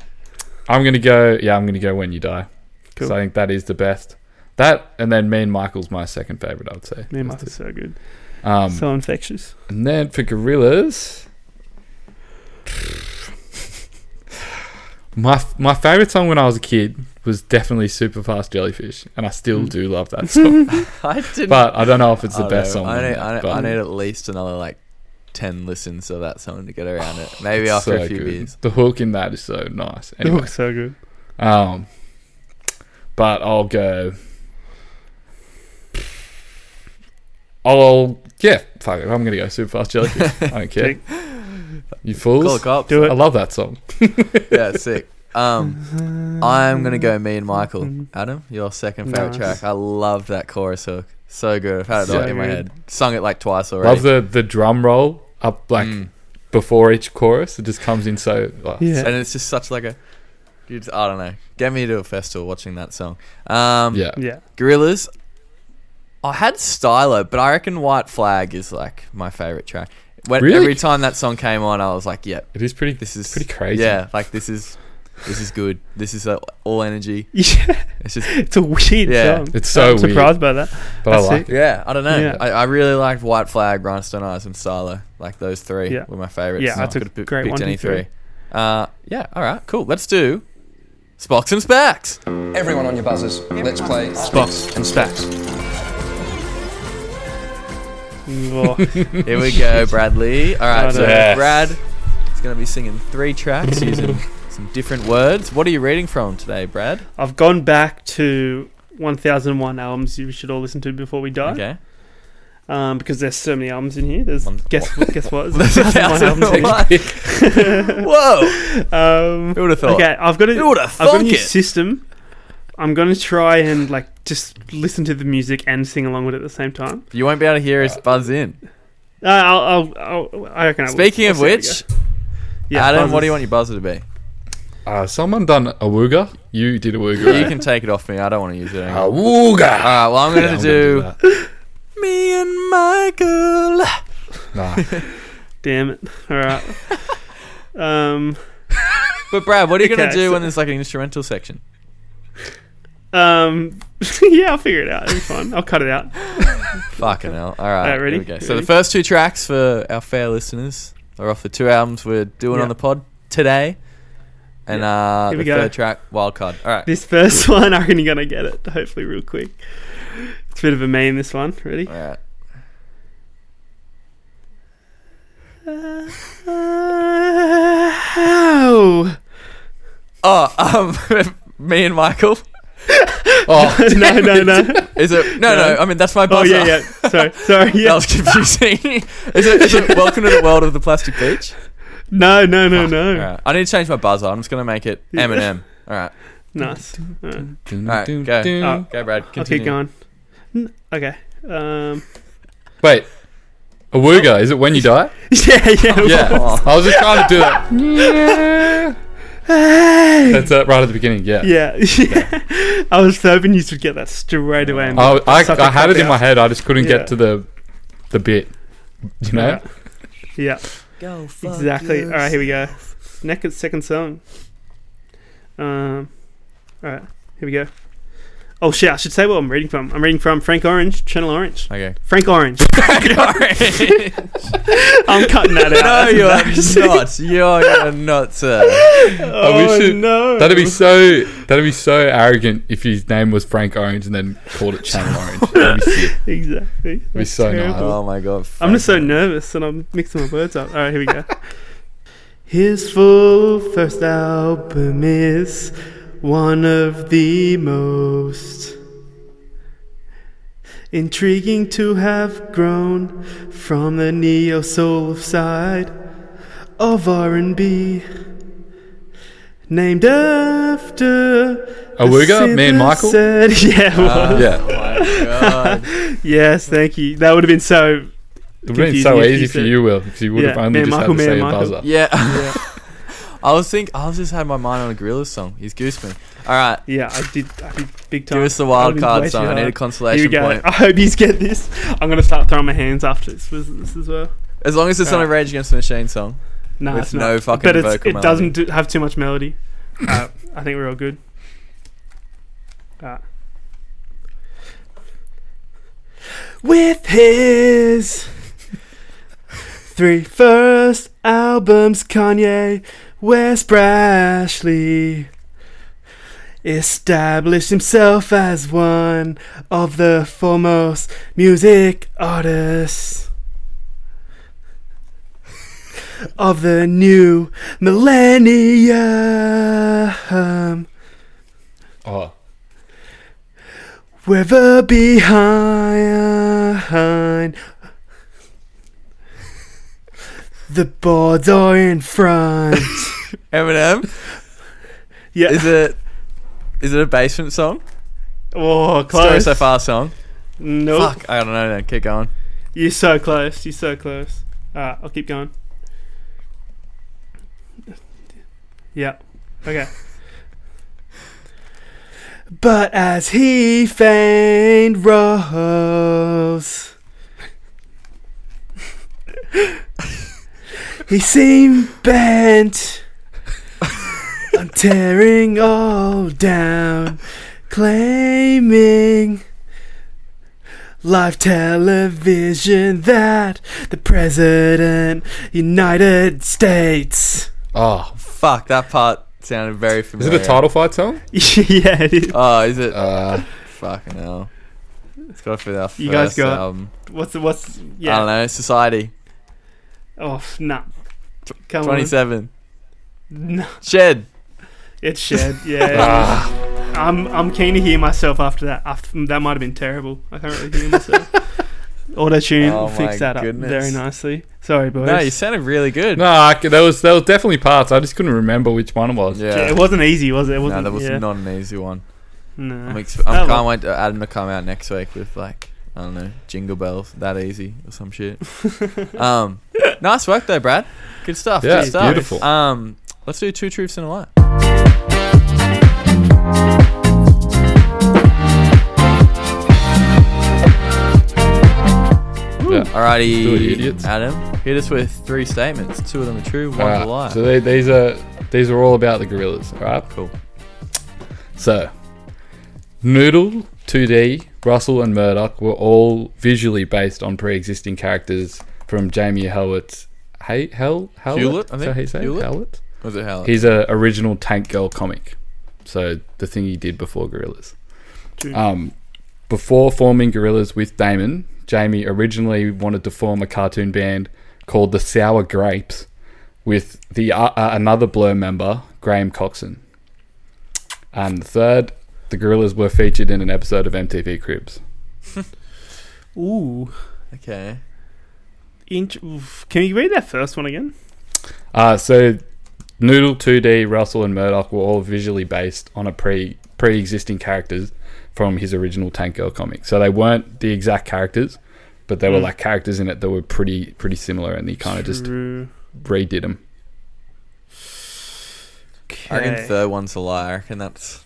Speaker 3: I'm gonna go. Yeah, I'm gonna go when you die. Because
Speaker 2: Cool.
Speaker 3: I think that is the best. That and then me and Michael's my second favorite. I would say.
Speaker 2: Me and Mark
Speaker 3: That's
Speaker 2: are so good,
Speaker 3: it. Um,
Speaker 2: so infectious.
Speaker 3: and then for gorillas, my my favorite song when I was a kid was definitely Superfast Jellyfish, and I still
Speaker 2: Mm.
Speaker 3: do love that song.
Speaker 1: I didn't.
Speaker 3: but I don't know if it's the
Speaker 1: I
Speaker 3: best
Speaker 1: know.
Speaker 3: song.
Speaker 1: I
Speaker 3: on
Speaker 1: need,
Speaker 3: that,
Speaker 1: I, need,
Speaker 3: but-
Speaker 1: I need at least another like ten listens of that song to get around it. Maybe
Speaker 3: It's
Speaker 1: after
Speaker 3: so
Speaker 1: a few
Speaker 3: good.
Speaker 1: beers.
Speaker 3: The hook in that is so nice.
Speaker 2: They
Speaker 3: Anyway,
Speaker 2: look so good.
Speaker 3: um, but I'll go. I'll yeah, fuck it. I'm gonna go super fast jellyfish. I don't care.
Speaker 2: Jake.
Speaker 3: You
Speaker 1: Call the
Speaker 3: fools!
Speaker 1: cops.
Speaker 2: Do
Speaker 3: I
Speaker 2: it.
Speaker 3: love that song.
Speaker 1: Yeah, sick. Um, I'm gonna go. Me and Michael.
Speaker 2: Mm.
Speaker 1: Adam, your second favorite
Speaker 2: Nice.
Speaker 1: track. I loved that chorus hook. So good. I've had it
Speaker 3: So
Speaker 1: in my
Speaker 2: good.
Speaker 1: head. Sung it like twice already.
Speaker 3: Love the the drum roll up like
Speaker 1: Mm.
Speaker 3: before each chorus. It just comes in so. Like,
Speaker 2: Yeah.
Speaker 1: and it's just such like a. you just- I don't know. Get me to a festival watching that song. Um,
Speaker 3: yeah.
Speaker 2: Yeah,
Speaker 1: Gorillas. I had Stylo, but I reckon White Flag is like my favorite track. When,
Speaker 3: Really?
Speaker 1: Every time that song came on, I was like, "Yep,
Speaker 3: It is pretty.
Speaker 1: this is
Speaker 3: Pretty crazy.
Speaker 1: Yeah, like this is this is good. This is uh, all energy.
Speaker 2: yeah.
Speaker 1: It's just
Speaker 2: It's a weird
Speaker 1: Yeah.
Speaker 2: song.
Speaker 3: It's so
Speaker 2: I'm
Speaker 3: weird,
Speaker 2: surprised by that.
Speaker 3: but I
Speaker 2: That's
Speaker 3: like it.
Speaker 1: yeah. I don't know.
Speaker 2: Yeah.
Speaker 1: I, I really liked White Flag, Rhinestone Eyes, and Silo. Like those three
Speaker 2: Yeah.
Speaker 1: were my favorites.
Speaker 2: Yeah,
Speaker 1: I
Speaker 2: that's a
Speaker 1: could've pi-
Speaker 2: great
Speaker 1: picked
Speaker 2: one,
Speaker 1: any
Speaker 2: two, three.
Speaker 1: three. Uh, yeah, all right, cool. Let's do Spocks and Spacks.
Speaker 5: Everyone on your buzzers. Let's play Spots and Stacks.
Speaker 2: Oh,
Speaker 1: Here we go, Bradley. All right,
Speaker 2: Righto.
Speaker 1: so
Speaker 3: Yes.
Speaker 1: Brad is going to be singing three tracks using some different words. What are you reading from today, Brad?
Speaker 2: I've gone back to 1001 albums you should all listen to before we die.
Speaker 1: Okay.
Speaker 2: Um, because there's so many albums in here. There's
Speaker 1: One-
Speaker 2: guess what? Guess what? There's
Speaker 1: That's a
Speaker 2: 1001
Speaker 1: thousand
Speaker 2: albums. in here.
Speaker 1: and one. Whoa!
Speaker 2: Um,
Speaker 1: Who would have thought?
Speaker 2: okay, I've got a,
Speaker 1: Who would have
Speaker 2: I've got a
Speaker 1: thunk
Speaker 2: new
Speaker 1: it?
Speaker 2: system. I'm gonna try and like just listen to the music and sing along with it at the same time.
Speaker 1: You won't be able to hear us buzz in.
Speaker 2: Uh, I'll, I'll, I'll, I reckon I will.
Speaker 1: Speaking
Speaker 2: We'll
Speaker 1: of
Speaker 2: see how we
Speaker 1: which,
Speaker 2: go. yeah,
Speaker 1: Adam,
Speaker 2: buzzers.
Speaker 1: what do you want your buzzer to be?
Speaker 3: Uh, someone done a wooga. You did a
Speaker 1: You
Speaker 3: wooga.
Speaker 1: can take it off me. I don't want to use it
Speaker 3: A
Speaker 1: anymore.
Speaker 2: Ah,
Speaker 1: All
Speaker 3: wooga.
Speaker 1: right, well, I'm going
Speaker 3: Yeah, I'm
Speaker 1: to
Speaker 3: gonna
Speaker 1: do
Speaker 3: that.
Speaker 1: me and Michael.
Speaker 3: Nah.
Speaker 2: Damn it! All right. um,
Speaker 1: But Brad, what are you going
Speaker 2: Okay,
Speaker 1: to do
Speaker 2: so-
Speaker 1: when there's like an instrumental section?
Speaker 2: um, yeah, I'll figure it out. It'll be fine. I'll cut it out.
Speaker 1: Fucking hell. All right.
Speaker 2: Alright, ready?
Speaker 1: here we go. So
Speaker 2: Ready?
Speaker 1: the first two tracks for our fair listeners are off the two albums we're doing
Speaker 2: Yeah.
Speaker 1: on the pod today. And uh, the
Speaker 2: Here we go.
Speaker 1: third track, Wild Card. All right.
Speaker 2: This first one, I reckon you're gonna get it. Hopefully, real quick. It's a bit of a meme. This one, ready?
Speaker 1: All right.
Speaker 2: Ow.
Speaker 1: Oh, um, me and Michael.
Speaker 3: Oh,
Speaker 2: no, no, no.
Speaker 1: Is it? No, no.
Speaker 2: No.
Speaker 1: I mean, that's my
Speaker 2: Oh
Speaker 1: buzzer.
Speaker 2: yeah, yeah. Sorry, sorry.
Speaker 1: That
Speaker 2: Yeah.
Speaker 1: was confusing. is, it, is it Welcome to the World of the Plastic Beach?
Speaker 2: No, no, no,
Speaker 1: All
Speaker 2: no.
Speaker 1: right. I need to change my buzzer. I'm just going to make it Eminem. All right.
Speaker 2: Nice. All right.
Speaker 1: All right, go. Uh,
Speaker 2: Oh.
Speaker 1: Go, Brad.
Speaker 2: I'll keep
Speaker 1: Continue.
Speaker 2: going. N- Okay. Um.
Speaker 3: Wait, a wooga. Is it when you die?
Speaker 2: Yeah, yeah.
Speaker 3: Yeah.
Speaker 1: Oh.
Speaker 3: I was just trying to do that. That's uh, right at the beginning. Yeah.
Speaker 2: Yeah, yeah. I was hoping you should get that straight away.
Speaker 1: Oh.
Speaker 2: and
Speaker 3: I, I,
Speaker 2: suck
Speaker 3: I had it in
Speaker 2: cop-out.
Speaker 3: my head. I just couldn't
Speaker 2: Yeah.
Speaker 3: get to the the bit. You know?
Speaker 2: Yeah. Yeah,
Speaker 1: Go Oh, fuck
Speaker 2: exactly. All right,
Speaker 1: yourself.
Speaker 2: here we go. Next, second song. Um, all right, here we go. Oh shit! I should say what I'm reading from. I'm reading from Frank Orange, Channel Orange.
Speaker 1: Okay.
Speaker 2: Frank Orange.
Speaker 1: Sorry.
Speaker 2: I'm cutting that out.
Speaker 1: no,
Speaker 2: That's
Speaker 1: you
Speaker 2: embarrassing.
Speaker 1: are not. You are not, sir.
Speaker 2: Oh,
Speaker 3: we should-
Speaker 2: no.
Speaker 3: That'd be so. That'd be so arrogant if his name was Frank Orange and then called it Channel Orange. That'd be sick.
Speaker 2: exactly.
Speaker 3: be so nice.
Speaker 2: terrible.
Speaker 1: Oh my god.
Speaker 2: I'm just so nervous and I'm mixing my words up. All right, here we go. His full first album is one of the most intriguing to have grown from the neo soul side of R&B. Named after the
Speaker 3: Awuga? Me and Michael?
Speaker 2: synthesizer- Yeah, it was.
Speaker 3: Yeah,
Speaker 1: God.
Speaker 2: yes, thank you. That would have been so
Speaker 3: it would have been so
Speaker 2: Confusing if
Speaker 3: easy
Speaker 2: you
Speaker 3: for
Speaker 2: said-
Speaker 3: you, Will, because you would have
Speaker 2: Yeah,
Speaker 3: only
Speaker 2: man,
Speaker 3: just
Speaker 2: Michael,
Speaker 3: had
Speaker 2: man,
Speaker 3: to say a
Speaker 2: Michael.
Speaker 3: buzzer.
Speaker 1: Yeah. I was think I was just had my mind on a Gorilla's song. He's goosed me. All right,
Speaker 2: Yeah, I did. I did big time.
Speaker 1: give us the
Speaker 2: That
Speaker 1: wild
Speaker 2: was way
Speaker 1: card
Speaker 2: too
Speaker 1: song. I need a
Speaker 2: hard. Here we
Speaker 1: consolation
Speaker 2: go.
Speaker 1: point.
Speaker 2: I hope you get this. I'm gonna start throwing my hands after this. Was this as well?
Speaker 1: As long as it's not a
Speaker 2: Alright.
Speaker 1: Rage Against the Machine song.
Speaker 2: No,
Speaker 1: With
Speaker 2: it's not.
Speaker 1: no fucking
Speaker 2: but it's,
Speaker 1: vocal
Speaker 2: it doesn't do, have too much melody. Uh, I think we're all good. Uh. With his three first albums, Kanye West Brashley established himself as one of the foremost music artists of the new millennium.
Speaker 3: Oh,
Speaker 2: River behind the boards are in front.
Speaker 1: Eminem,
Speaker 2: yeah.
Speaker 1: is it is it a basement song?
Speaker 2: oh,
Speaker 1: Story
Speaker 2: close.
Speaker 1: so far song.
Speaker 2: Nope.
Speaker 1: Fuck, I don't know. Then keep going.
Speaker 2: You're so close. You're so close. Alright, I'll keep going. Yeah. Okay. But as he feigned rose, he seemed bent on tearing all down, claiming live television that the president United States
Speaker 3: Oh,
Speaker 1: Fuck, that part sounded very
Speaker 3: is
Speaker 1: familiar.
Speaker 3: it a title fight song?
Speaker 2: yeah, it is.
Speaker 1: Oh, is it?
Speaker 3: Uh,
Speaker 1: Fucking hell. It's got to be our first
Speaker 2: You guys got-
Speaker 1: album.
Speaker 2: What's the, what's
Speaker 1: I don't
Speaker 2: yeah?
Speaker 1: know. Society.
Speaker 2: Oh nah. Come on.
Speaker 1: 27.
Speaker 2: No,
Speaker 1: Shed.
Speaker 2: it's shed. Yeah,
Speaker 3: ah,
Speaker 2: I'm I'm keen to hear myself after that. After, that might have been terrible. I can't really hear myself. Auto tune
Speaker 1: Oh
Speaker 2: will
Speaker 1: my
Speaker 2: fix that up
Speaker 1: goodness.
Speaker 2: very nicely. Sorry, boys.
Speaker 1: No, you sounded really good.
Speaker 3: no, I c- there was there was definitely parts I just couldn't remember which one it was.
Speaker 1: Yeah.
Speaker 2: Yeah, it wasn't easy, was it? It
Speaker 1: no,
Speaker 2: wasn't.
Speaker 1: that was
Speaker 2: yeah.
Speaker 1: not an easy one.
Speaker 2: No.
Speaker 1: I'm exp- I
Speaker 2: Oh,
Speaker 1: can't
Speaker 2: well.
Speaker 1: wait to Adam to come out next week with like I don't know jingle bells that easy or some shit. um, nice work though, Brad. Good stuff.
Speaker 3: Yeah,
Speaker 1: good stuff.
Speaker 3: beautiful.
Speaker 1: Um, let's do two truths and a lie.
Speaker 3: Yeah.
Speaker 1: Alrighty,
Speaker 3: Do it, you idiots.
Speaker 1: Adam, hit us with three statements. Two of them are true, one
Speaker 3: Alright,
Speaker 1: a lie.
Speaker 3: Uh, so they, these are these are all about the gorillas. All right.
Speaker 1: cool.
Speaker 3: So, Noodle, 2D, Russell, and Murdoch were all visually based on pre-existing characters from Jamie Howlett's. Hey, Hell, Howlett?
Speaker 1: Hewlett, I think.
Speaker 3: Is that how you say it?
Speaker 1: Hewlett?
Speaker 3: Howlett?
Speaker 1: Was it Helen?
Speaker 3: He's a original Tank Girl comic. So the thing he did before Gorillas.
Speaker 2: True.
Speaker 3: Um, before forming Gorillas with Damon, Jamie originally wanted to form a cartoon band called the Sour Grapes with the uh, uh, another Blur member, Graham Coxon. And third, the Gorillas were featured in an episode of MTV Cribs.
Speaker 2: Ooh.
Speaker 1: Okay.
Speaker 2: Inch- oof. Can you read that first one again?
Speaker 3: Uh, so Noodle, 2D, Russell, and Murdoch were all visually based on a pre pre existing characters from his original Tank Girl comic. So they weren't the exact characters, but they were
Speaker 2: Mm.
Speaker 3: like characters in it that were pretty pretty similar, and he kind of just
Speaker 2: True.
Speaker 3: redid them.
Speaker 1: I reckon
Speaker 2: Okay.
Speaker 1: third one's a lie. I reckon that's.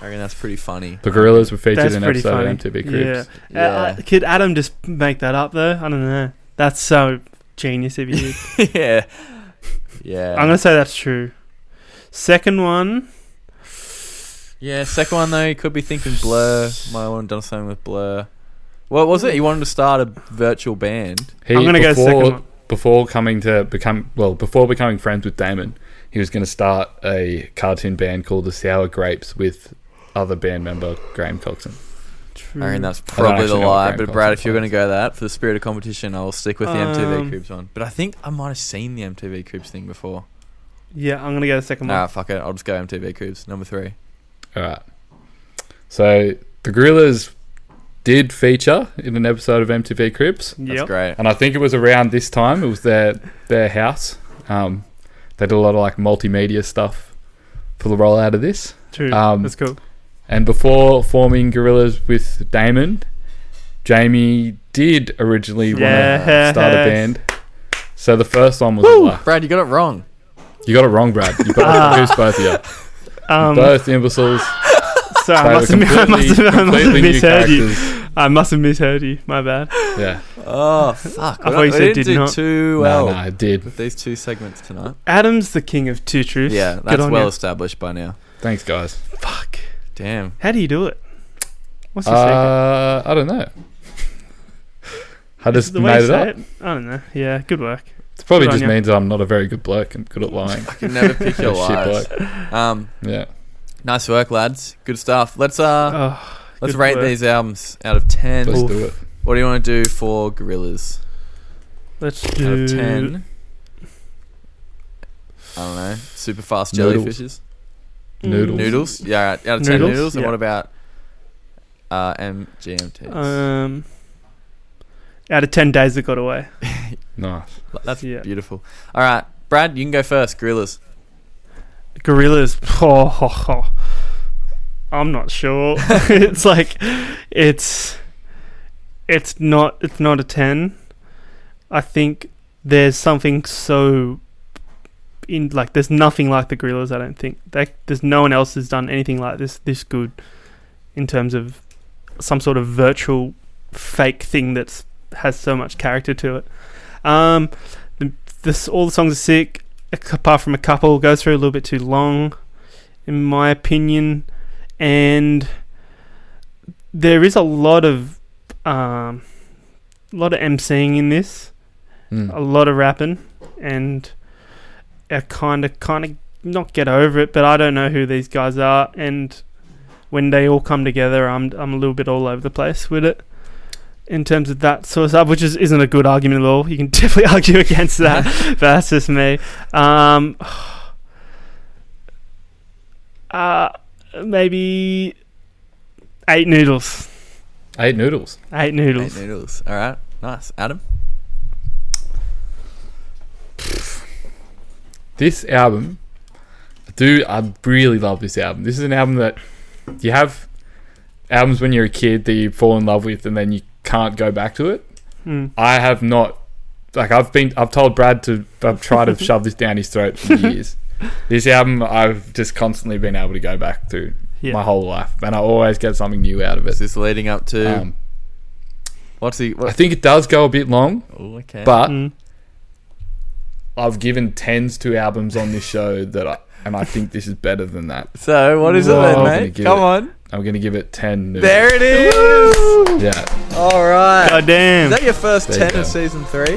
Speaker 1: I reckon that's pretty funny.
Speaker 3: The gorillas were featured
Speaker 2: That's
Speaker 3: in an
Speaker 2: pretty
Speaker 3: episode
Speaker 2: funny.
Speaker 3: of MTV Cribs.
Speaker 2: Yeah. Uh,
Speaker 1: Yeah.
Speaker 2: uh, could Adam just make that up though? I don't know. That's so genius if you did.
Speaker 1: yeah. Yeah.
Speaker 2: I'm gonna say that's true. Second one,
Speaker 1: Yeah, second one though, you could be thinking Blur. Might have done something with Blur. What was it? You wanted to start a virtual band.
Speaker 3: He,
Speaker 2: I'm gonna go
Speaker 3: before,
Speaker 2: second one.
Speaker 3: Before coming to become well, before becoming friends with Damon, he was going to start a cartoon band called the Sour Grapes with other band member Graham Coxon.
Speaker 2: True.
Speaker 1: I reckon that's probably
Speaker 3: actually
Speaker 1: the
Speaker 3: know what
Speaker 1: lie.
Speaker 3: Graham
Speaker 1: But Brad,
Speaker 3: Coxon
Speaker 1: if you're going to
Speaker 3: plays.
Speaker 1: go that for the spirit of competition, I will stick with the MTV
Speaker 2: Um,
Speaker 1: Cribs one. But I think I might have seen the MTV Cribs thing before.
Speaker 2: yeah, I'm gonna go the second
Speaker 1: Nah,
Speaker 2: one.
Speaker 1: fuck it. I'll just go MTV Cribs number three.
Speaker 3: All right. So the Gorillas did feature in an episode of MTV Cribs,
Speaker 1: That's
Speaker 2: Yep.
Speaker 1: great.
Speaker 3: and I think it was around this time. It was their their house. Um, they did a lot of like multimedia stuff for the rollout of this.
Speaker 2: True.
Speaker 3: Um,
Speaker 2: that's cool.
Speaker 3: And before forming Gorillas with Damon, Jamie did originally want to
Speaker 2: Yes.
Speaker 3: start a band. So the first one was a lie.
Speaker 1: Brad, you got it wrong.
Speaker 3: You got it wrong, Brad. You both
Speaker 2: Ah.
Speaker 3: confused both of you.
Speaker 2: Um,
Speaker 3: both imbeciles.
Speaker 2: sorry,
Speaker 3: They
Speaker 2: I
Speaker 3: were
Speaker 2: must, have, I, must have, I must have
Speaker 3: completely new
Speaker 2: misheard you.
Speaker 3: characters.
Speaker 2: I must have misheard you. My bad.
Speaker 3: Yeah.
Speaker 1: Oh fuck! We
Speaker 2: I thought you
Speaker 1: don't- we
Speaker 2: said
Speaker 1: didn't
Speaker 2: did
Speaker 1: do
Speaker 2: not.
Speaker 1: too
Speaker 3: No,
Speaker 1: well
Speaker 3: no, I did.
Speaker 1: with these two segments tonight.
Speaker 2: Adam's the king of two truths.
Speaker 1: Yeah,
Speaker 2: Good
Speaker 1: that's
Speaker 2: on
Speaker 1: well
Speaker 2: you.
Speaker 1: established by now.
Speaker 3: Thanks, guys.
Speaker 2: Fuck.
Speaker 1: Damn.
Speaker 2: How do you do it? What's your secret?
Speaker 3: Uh, I don't know. I
Speaker 2: Is
Speaker 3: just
Speaker 2: it the way
Speaker 3: made
Speaker 2: you
Speaker 3: it up.
Speaker 2: say it? I don't know. Yeah, good work.
Speaker 3: It probably
Speaker 2: Good on
Speaker 3: just
Speaker 2: ya.
Speaker 3: means I'm not a very good bloke. I'm good at lying.
Speaker 1: I can never pick your
Speaker 3: Shit
Speaker 1: lies.
Speaker 3: bloke.
Speaker 1: Um,
Speaker 3: Yeah.
Speaker 1: nice work, lads. Good stuff. Let's uh,
Speaker 2: Oh,
Speaker 1: Let's
Speaker 2: Good
Speaker 1: rate
Speaker 2: work.
Speaker 1: these albums out of 10.
Speaker 3: Let's
Speaker 2: Oof.
Speaker 3: do it.
Speaker 1: What do you want to do for Gorillas?
Speaker 2: let's
Speaker 1: Out
Speaker 2: do
Speaker 1: of 10. I don't know. Super fast
Speaker 3: Noodles.
Speaker 1: jellyfishes?
Speaker 3: Noodles.
Speaker 1: Noodles? Yeah, all right. Out of 10 noodles.
Speaker 2: Noodles,
Speaker 1: And
Speaker 2: yeah.
Speaker 1: what about uh, MGMT?
Speaker 2: Um, out of ten days that got away.
Speaker 3: Nice.
Speaker 1: That's
Speaker 2: yeah.
Speaker 1: beautiful. All right. Brad, you can go first. Gorillas.
Speaker 2: Gorillas. Oh, ho, ho. I'm not sure. it's like it's it's not it's not a ten. I think there's something so in like there's nothing like the Gorillas. I don't think they, there's no one else has done anything like this this good in terms of some sort of virtual fake thing that's has so much character to it. Um, the, this all the songs are sick apart from a couple, goes through a little bit too long, in my opinion, and there is a lot of um, lot of emceeing in this,
Speaker 3: Mm.
Speaker 2: a lot of rapping, and I kind of, kind of not get over it, but I don't know who these guys are, and when they all come together, I'm I'm a little bit all over the place with it in terms of that sort of stuff, which is, isn't a good argument at all. You can definitely argue against that, but that's just me. Um, uh, maybe eight noodles.
Speaker 3: Eight noodles.
Speaker 2: Eight
Speaker 1: Eight
Speaker 2: noodles.
Speaker 1: noodles. All right. Nice. Adam?
Speaker 3: This album, dude, I really love this album. This is an album that you have albums when you're a kid that you fall in love with and then you can't go back to it.
Speaker 2: Mm.
Speaker 3: I have not. Like I've been, I've told Brad to. I've tried to shove this down his throat for years. This album, I've just constantly been able to go back to
Speaker 2: Yeah.
Speaker 3: my whole life, and I always get something new out of
Speaker 1: Is
Speaker 3: it.
Speaker 1: this leading up to.
Speaker 3: Um,
Speaker 1: what's he.
Speaker 3: I
Speaker 1: What,
Speaker 3: think it does go a bit long,
Speaker 1: oh, okay.
Speaker 3: but
Speaker 2: Mm.
Speaker 3: I've given tens to albums on this show that I, and I think this is better than that.
Speaker 1: So, what is
Speaker 3: Whoa.
Speaker 1: it
Speaker 3: I'm
Speaker 1: then,
Speaker 3: gonna
Speaker 1: mate?
Speaker 3: give
Speaker 1: Come
Speaker 3: it-
Speaker 1: on.
Speaker 3: I'm gonna give it ten. New.
Speaker 1: There it is.
Speaker 3: Yeah,
Speaker 1: All right.
Speaker 2: God
Speaker 1: Is
Speaker 2: damn.
Speaker 1: that your first
Speaker 3: There you
Speaker 1: 10
Speaker 3: go.
Speaker 1: of season three?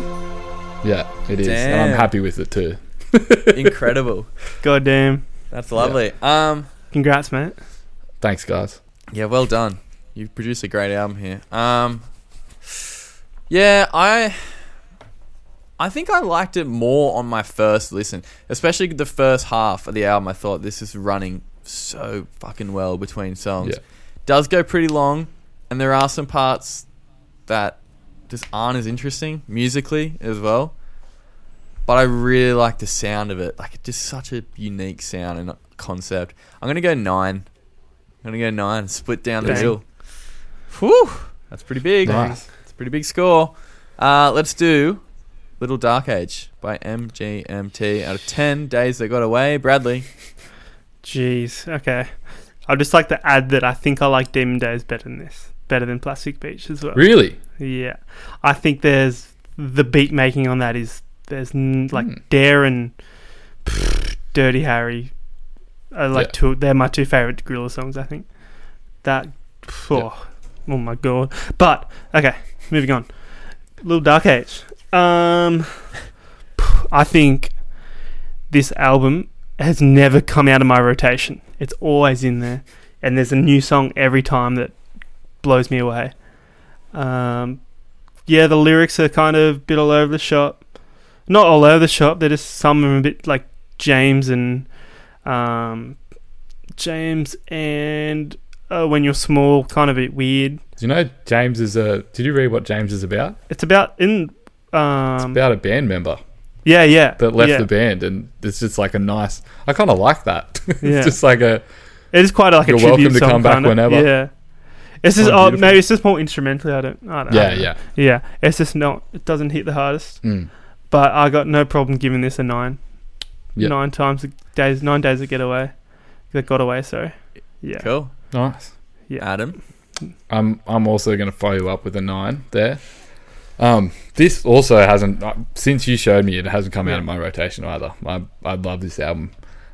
Speaker 3: yeah, it is, and I'm
Speaker 1: Damn.
Speaker 3: happy with it too.
Speaker 1: Incredible.
Speaker 2: God damn.
Speaker 1: That's lovely. Um,
Speaker 2: Congrats, mate.
Speaker 3: Thanks, guys.
Speaker 1: yeah, well done. You produced a great album here. Um, yeah, I, I think I liked it more on my first listen, especially the first half of the album. I thought this is running so fucking well between songs.
Speaker 3: Yeah.
Speaker 1: Does go pretty long, and there are some parts that just aren't as interesting musically as well. But I really like the sound of it. Like it's just such a unique sound and concept. I'm gonna go nine. I'm gonna go nine. Split down the
Speaker 2: Dang.
Speaker 1: middle. Whew, that's pretty big.
Speaker 3: Nice.
Speaker 1: It's a pretty big score. Uh, let's do Little Dark Age by MGMT. Out of 10 days that got away, Bradley.
Speaker 2: Jeez. Okay. I'd just like to add that I think I like Demon Days better than this, better than Plastic Beach as well.
Speaker 3: Really?
Speaker 2: Yeah, I think there's the beat making on that is there's n- like
Speaker 3: Hmm.
Speaker 2: Darren, pfft, Dirty Harry, are Uh, like
Speaker 3: Yeah.
Speaker 2: two. They're my two favorite Gorilla songs. I think that. phew, Oh, my god! But okay, moving on. Little Dark Age. Um, I think this album has never come out of my rotation. It's always in there, and there's a new song every time that blows me away. Um, yeah, the lyrics are kind of a bit all over the shop. Not all over the shop. They're just some of them a bit like James and um, James and uh, when you're small, kind of a bit weird.
Speaker 3: Do you know James is a? Did you read what James is about?
Speaker 2: It's about in um,
Speaker 1: Hmm.
Speaker 3: It's about a band member
Speaker 2: yeah, yeah,
Speaker 3: that left
Speaker 2: yeah.
Speaker 3: the band, and it's just like a nice. I kind of like that. it's
Speaker 2: Yeah.
Speaker 3: just like a
Speaker 2: It is quite like
Speaker 3: You're
Speaker 2: a tribute
Speaker 3: welcome to
Speaker 2: song,
Speaker 3: come back
Speaker 2: kinda.
Speaker 3: whenever.
Speaker 2: Yeah. It's just
Speaker 3: Oh,
Speaker 2: oh,
Speaker 3: beautiful.
Speaker 2: maybe it's just more instrumentally. I don't. I don't I
Speaker 3: yeah,
Speaker 2: don't know.
Speaker 3: yeah.
Speaker 2: Yeah, it's just not. It doesn't hit the hardest.
Speaker 3: Mm.
Speaker 2: But I got no problem giving this a nine.
Speaker 3: Yeah.
Speaker 2: Nine times a days, nine days that get away, that got away. Sorry. Yeah.
Speaker 1: Cool.
Speaker 3: Nice.
Speaker 2: Yeah.
Speaker 1: Adam.
Speaker 3: I'm I'm also going to follow up with a nine there. Um, this also hasn't uh, since you showed me it hasn't come out of my rotation either. I I love this album.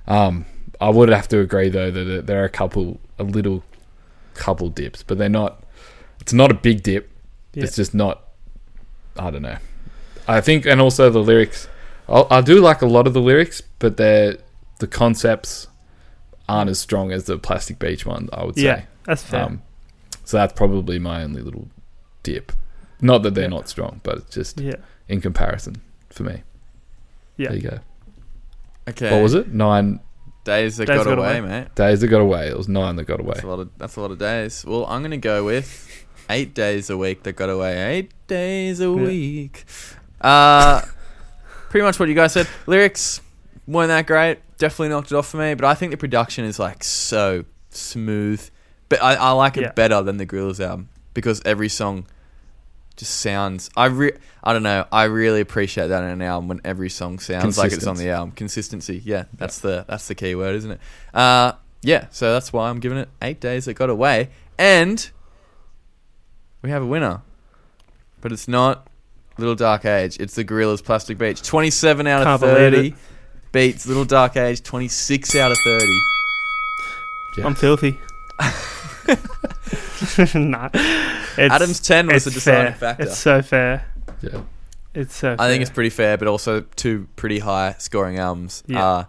Speaker 3: Um, I would have to agree though that it- there are a couple, a little, couple dips, but they're not. It's not a big dip.
Speaker 2: Yeah.
Speaker 3: It's just not. I don't know. I think, and also the lyrics. I, I do like a lot of the lyrics, but they're the concepts aren't as strong as the Plastic Beach one. I would say.
Speaker 2: Yeah. That's fair.
Speaker 3: Um, so that's probably my only little dip. Not that they're
Speaker 2: Yeah.
Speaker 3: not strong, but it's just
Speaker 2: yeah.
Speaker 3: in comparison for me.
Speaker 2: Yeah.
Speaker 3: There you go.
Speaker 1: Okay.
Speaker 3: What was it? Nine
Speaker 1: Days that
Speaker 2: Days
Speaker 1: got,
Speaker 2: Got
Speaker 1: away,
Speaker 2: Away.
Speaker 1: mate.
Speaker 3: days that got away. It was nine that got away.
Speaker 1: That's a lot of that's a lot of days. Well, I'm gonna go with eight days a week that got away. Eight days a week. Uh, pretty much what you guys said. Lyrics weren't that great. Definitely knocked it off for me. But I think the production is like so smooth. But I, I like it
Speaker 2: Yeah.
Speaker 1: better than the Gorillaz album because every song just sounds. I re- I don't know. I really appreciate that in an album when every song sounds like it's on the album. Consistency. Yeah, that's the that's the key word, isn't it? Uh, yeah. So that's why I'm giving it eight days. That got away, and we have a winner, but it's not Little Dark Age. It's the Gorillas Plastic Beach. Twenty-seven out
Speaker 2: Can't
Speaker 1: of
Speaker 2: believe
Speaker 1: thirty beats Little Dark Age. Twenty-six out of thirty.
Speaker 2: I'm filthy. nah. It's,
Speaker 1: Adam's ten was the
Speaker 2: it's fair.
Speaker 1: deciding factor.
Speaker 2: It's so fair.
Speaker 3: Yeah.
Speaker 2: It's so.
Speaker 1: I think
Speaker 2: fair.
Speaker 1: it's pretty fair, but also two pretty high scoring albums.
Speaker 2: Yeah.
Speaker 1: Uh,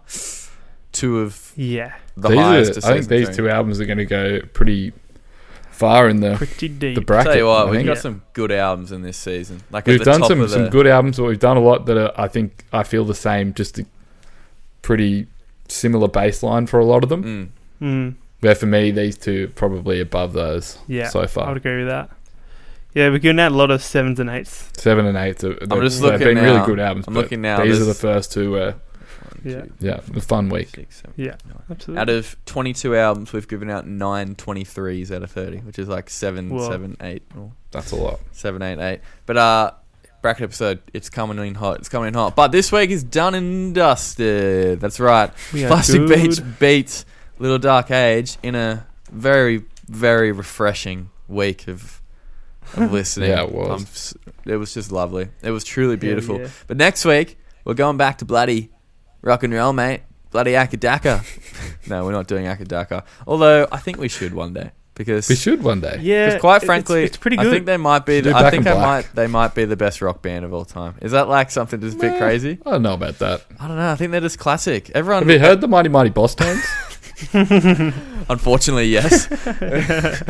Speaker 1: two of
Speaker 2: yeah,
Speaker 1: the
Speaker 3: these
Speaker 1: highest.
Speaker 3: are,
Speaker 1: of
Speaker 3: I think
Speaker 1: season
Speaker 3: these
Speaker 1: three.
Speaker 3: two albums are going to go pretty far in the
Speaker 2: pretty deep.
Speaker 3: the bracket.
Speaker 1: Tell you what,
Speaker 3: I
Speaker 1: we've
Speaker 3: think.
Speaker 1: got some good albums in this season. Like at
Speaker 3: We've
Speaker 1: the
Speaker 3: done
Speaker 1: top
Speaker 3: some
Speaker 1: of the,
Speaker 3: some good albums, but we've done a lot that are, I think I feel the same. Just a pretty similar baseline for a lot of them.
Speaker 1: Mm.
Speaker 2: Mm,
Speaker 3: Where for me, these two are probably above those
Speaker 2: yeah,
Speaker 3: so
Speaker 2: I would
Speaker 3: far.
Speaker 2: agree with that. Yeah, we're giving out a lot of sevens and eights.
Speaker 3: Seven and eight. Are, they've,
Speaker 1: just
Speaker 3: they've
Speaker 1: looking
Speaker 3: been
Speaker 1: now.
Speaker 3: really good albums.
Speaker 1: I'm
Speaker 3: but
Speaker 1: looking now.
Speaker 3: These are the
Speaker 1: There's-
Speaker 3: first two. Where
Speaker 1: One,
Speaker 2: Yeah.
Speaker 1: two,
Speaker 3: yeah, a fun week.
Speaker 1: six, seven.
Speaker 2: Yeah, absolutely.
Speaker 1: Out of 22 albums, we've given out nine 23s out of 30, which is like seven,
Speaker 2: Whoa.
Speaker 1: seven, eight, or
Speaker 3: That's a lot.
Speaker 1: seven, eight, eight. But uh, bracket episode, it's coming in hot. It's coming in hot. But this week is done and dusted. That's right.
Speaker 2: We are
Speaker 1: Plastic
Speaker 2: good.
Speaker 1: Beach beats Little Dark Age in a very, very refreshing week of, of listening.
Speaker 3: Yeah, it was.
Speaker 1: I'm s- it was just lovely. It was truly
Speaker 2: Hell
Speaker 1: beautiful.
Speaker 2: yeah.
Speaker 1: But next week, we're going back to bloody rock and roll, mate. Bloody Akadaka. no, we're not doing Akadaka. Although, I think we should one day. Because
Speaker 3: We should one day.
Speaker 2: Yeah,
Speaker 1: because quite
Speaker 2: it's-
Speaker 1: frankly,
Speaker 2: it's, pretty good.
Speaker 1: I think they might be.
Speaker 3: Should do
Speaker 1: The,
Speaker 3: Back
Speaker 1: I think
Speaker 3: in
Speaker 1: they
Speaker 3: Black.
Speaker 1: might. They might be the best rock band of all time. Is that like something that's a bit
Speaker 3: Nah.
Speaker 1: crazy?
Speaker 3: I don't know about that.
Speaker 1: I don't know. I think they're just classic. Everyone,
Speaker 3: Have you heard the Mighty Mighty Boss Tones?
Speaker 1: unfortunately, yes.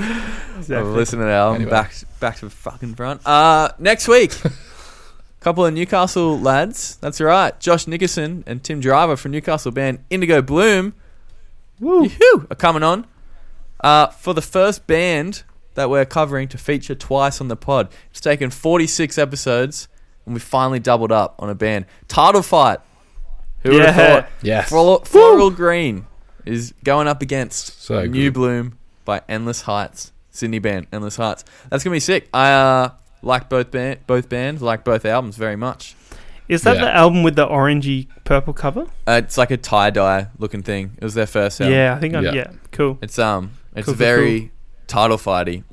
Speaker 2: Exactly.
Speaker 1: Listen to that album
Speaker 3: Anyway.
Speaker 1: back back to the fucking front. Uh, next week, couple of Newcastle lads. That's right, Josh Nickerson and Tim Driver from Newcastle band Indigo Bloom.
Speaker 2: Woo.
Speaker 1: Yoo-hoo, are coming on uh, for the first band that we're covering to feature twice on the pod. It's taken 46 episodes, and we finally doubled up on a band. Title Fight. Who would
Speaker 2: Yeah.
Speaker 1: have thought?
Speaker 3: yes.
Speaker 1: Floral, Floral Green is going up against
Speaker 3: So
Speaker 1: New
Speaker 3: good.
Speaker 1: Bloom by Endless Heights. Sydney band, Endless Heights. That's gonna be sick. I uh, like both band, both bands, like both albums very much.
Speaker 2: Is that
Speaker 3: Yeah.
Speaker 2: the album with the orangey purple cover?
Speaker 1: Uh, it's like a tie dye looking thing. It was their first album.
Speaker 2: Yeah, I think. I'm,
Speaker 3: Yeah.
Speaker 2: yeah. cool.
Speaker 1: It's um, it's
Speaker 2: Cool, cool,
Speaker 1: very title fighty,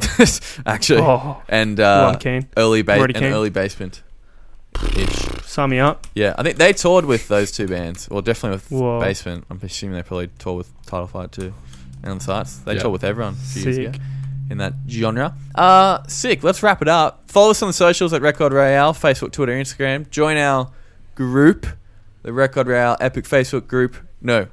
Speaker 1: actually,
Speaker 2: Oh,
Speaker 1: and
Speaker 2: Lon
Speaker 1: uh,
Speaker 2: Kane,
Speaker 1: early ba-
Speaker 2: Roddy
Speaker 1: and
Speaker 2: King.
Speaker 1: early basement. Ish.
Speaker 2: sign me up.
Speaker 1: Yeah, I think they toured with those two bands, or definitely with
Speaker 2: Whoa.
Speaker 1: Basement. I'm assuming they probably toured with Title Fight too, and on sites. They
Speaker 3: Yeah.
Speaker 1: toured with everyone a few years
Speaker 2: Sick.
Speaker 1: ago in that genre. Uh, sick. Let's wrap it up. Follow us on the socials at Record Royale, Facebook, Twitter, Instagram. Join our group, the Record Royale Epic Facebook group. No,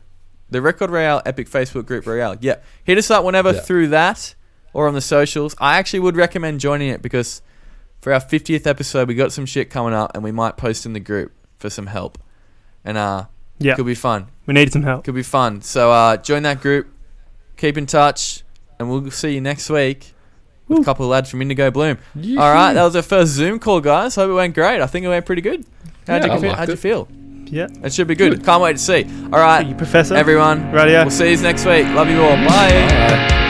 Speaker 1: the Record Royale Epic Facebook group Royale. Yeah, hit us up whenever
Speaker 3: Yeah.
Speaker 1: through that or on the socials. I actually would recommend joining it because for our 50th episode, we got some shit coming up and we might post in the group for some help. And uh,
Speaker 2: Yeah,
Speaker 1: could be fun.
Speaker 2: we need some help.
Speaker 1: Could be fun. So uh, join that group, keep in touch, and we'll see you next week with a
Speaker 2: Woo.
Speaker 1: couple of lads from Indigo Bloom. All right, that was our first Zoom call, guys. Hope it went great. I think it went pretty good. How'd,
Speaker 3: Yeah, I
Speaker 1: you, feel,
Speaker 3: liked
Speaker 1: how'd you
Speaker 3: it.
Speaker 1: feel?
Speaker 2: Yeah,
Speaker 1: It should be good. Can't wait to see. All right,
Speaker 2: Thank you, Professor.
Speaker 1: Uh, everyone.
Speaker 2: Radio.
Speaker 1: We'll see you next week. Love you all. Bye.
Speaker 3: Bye.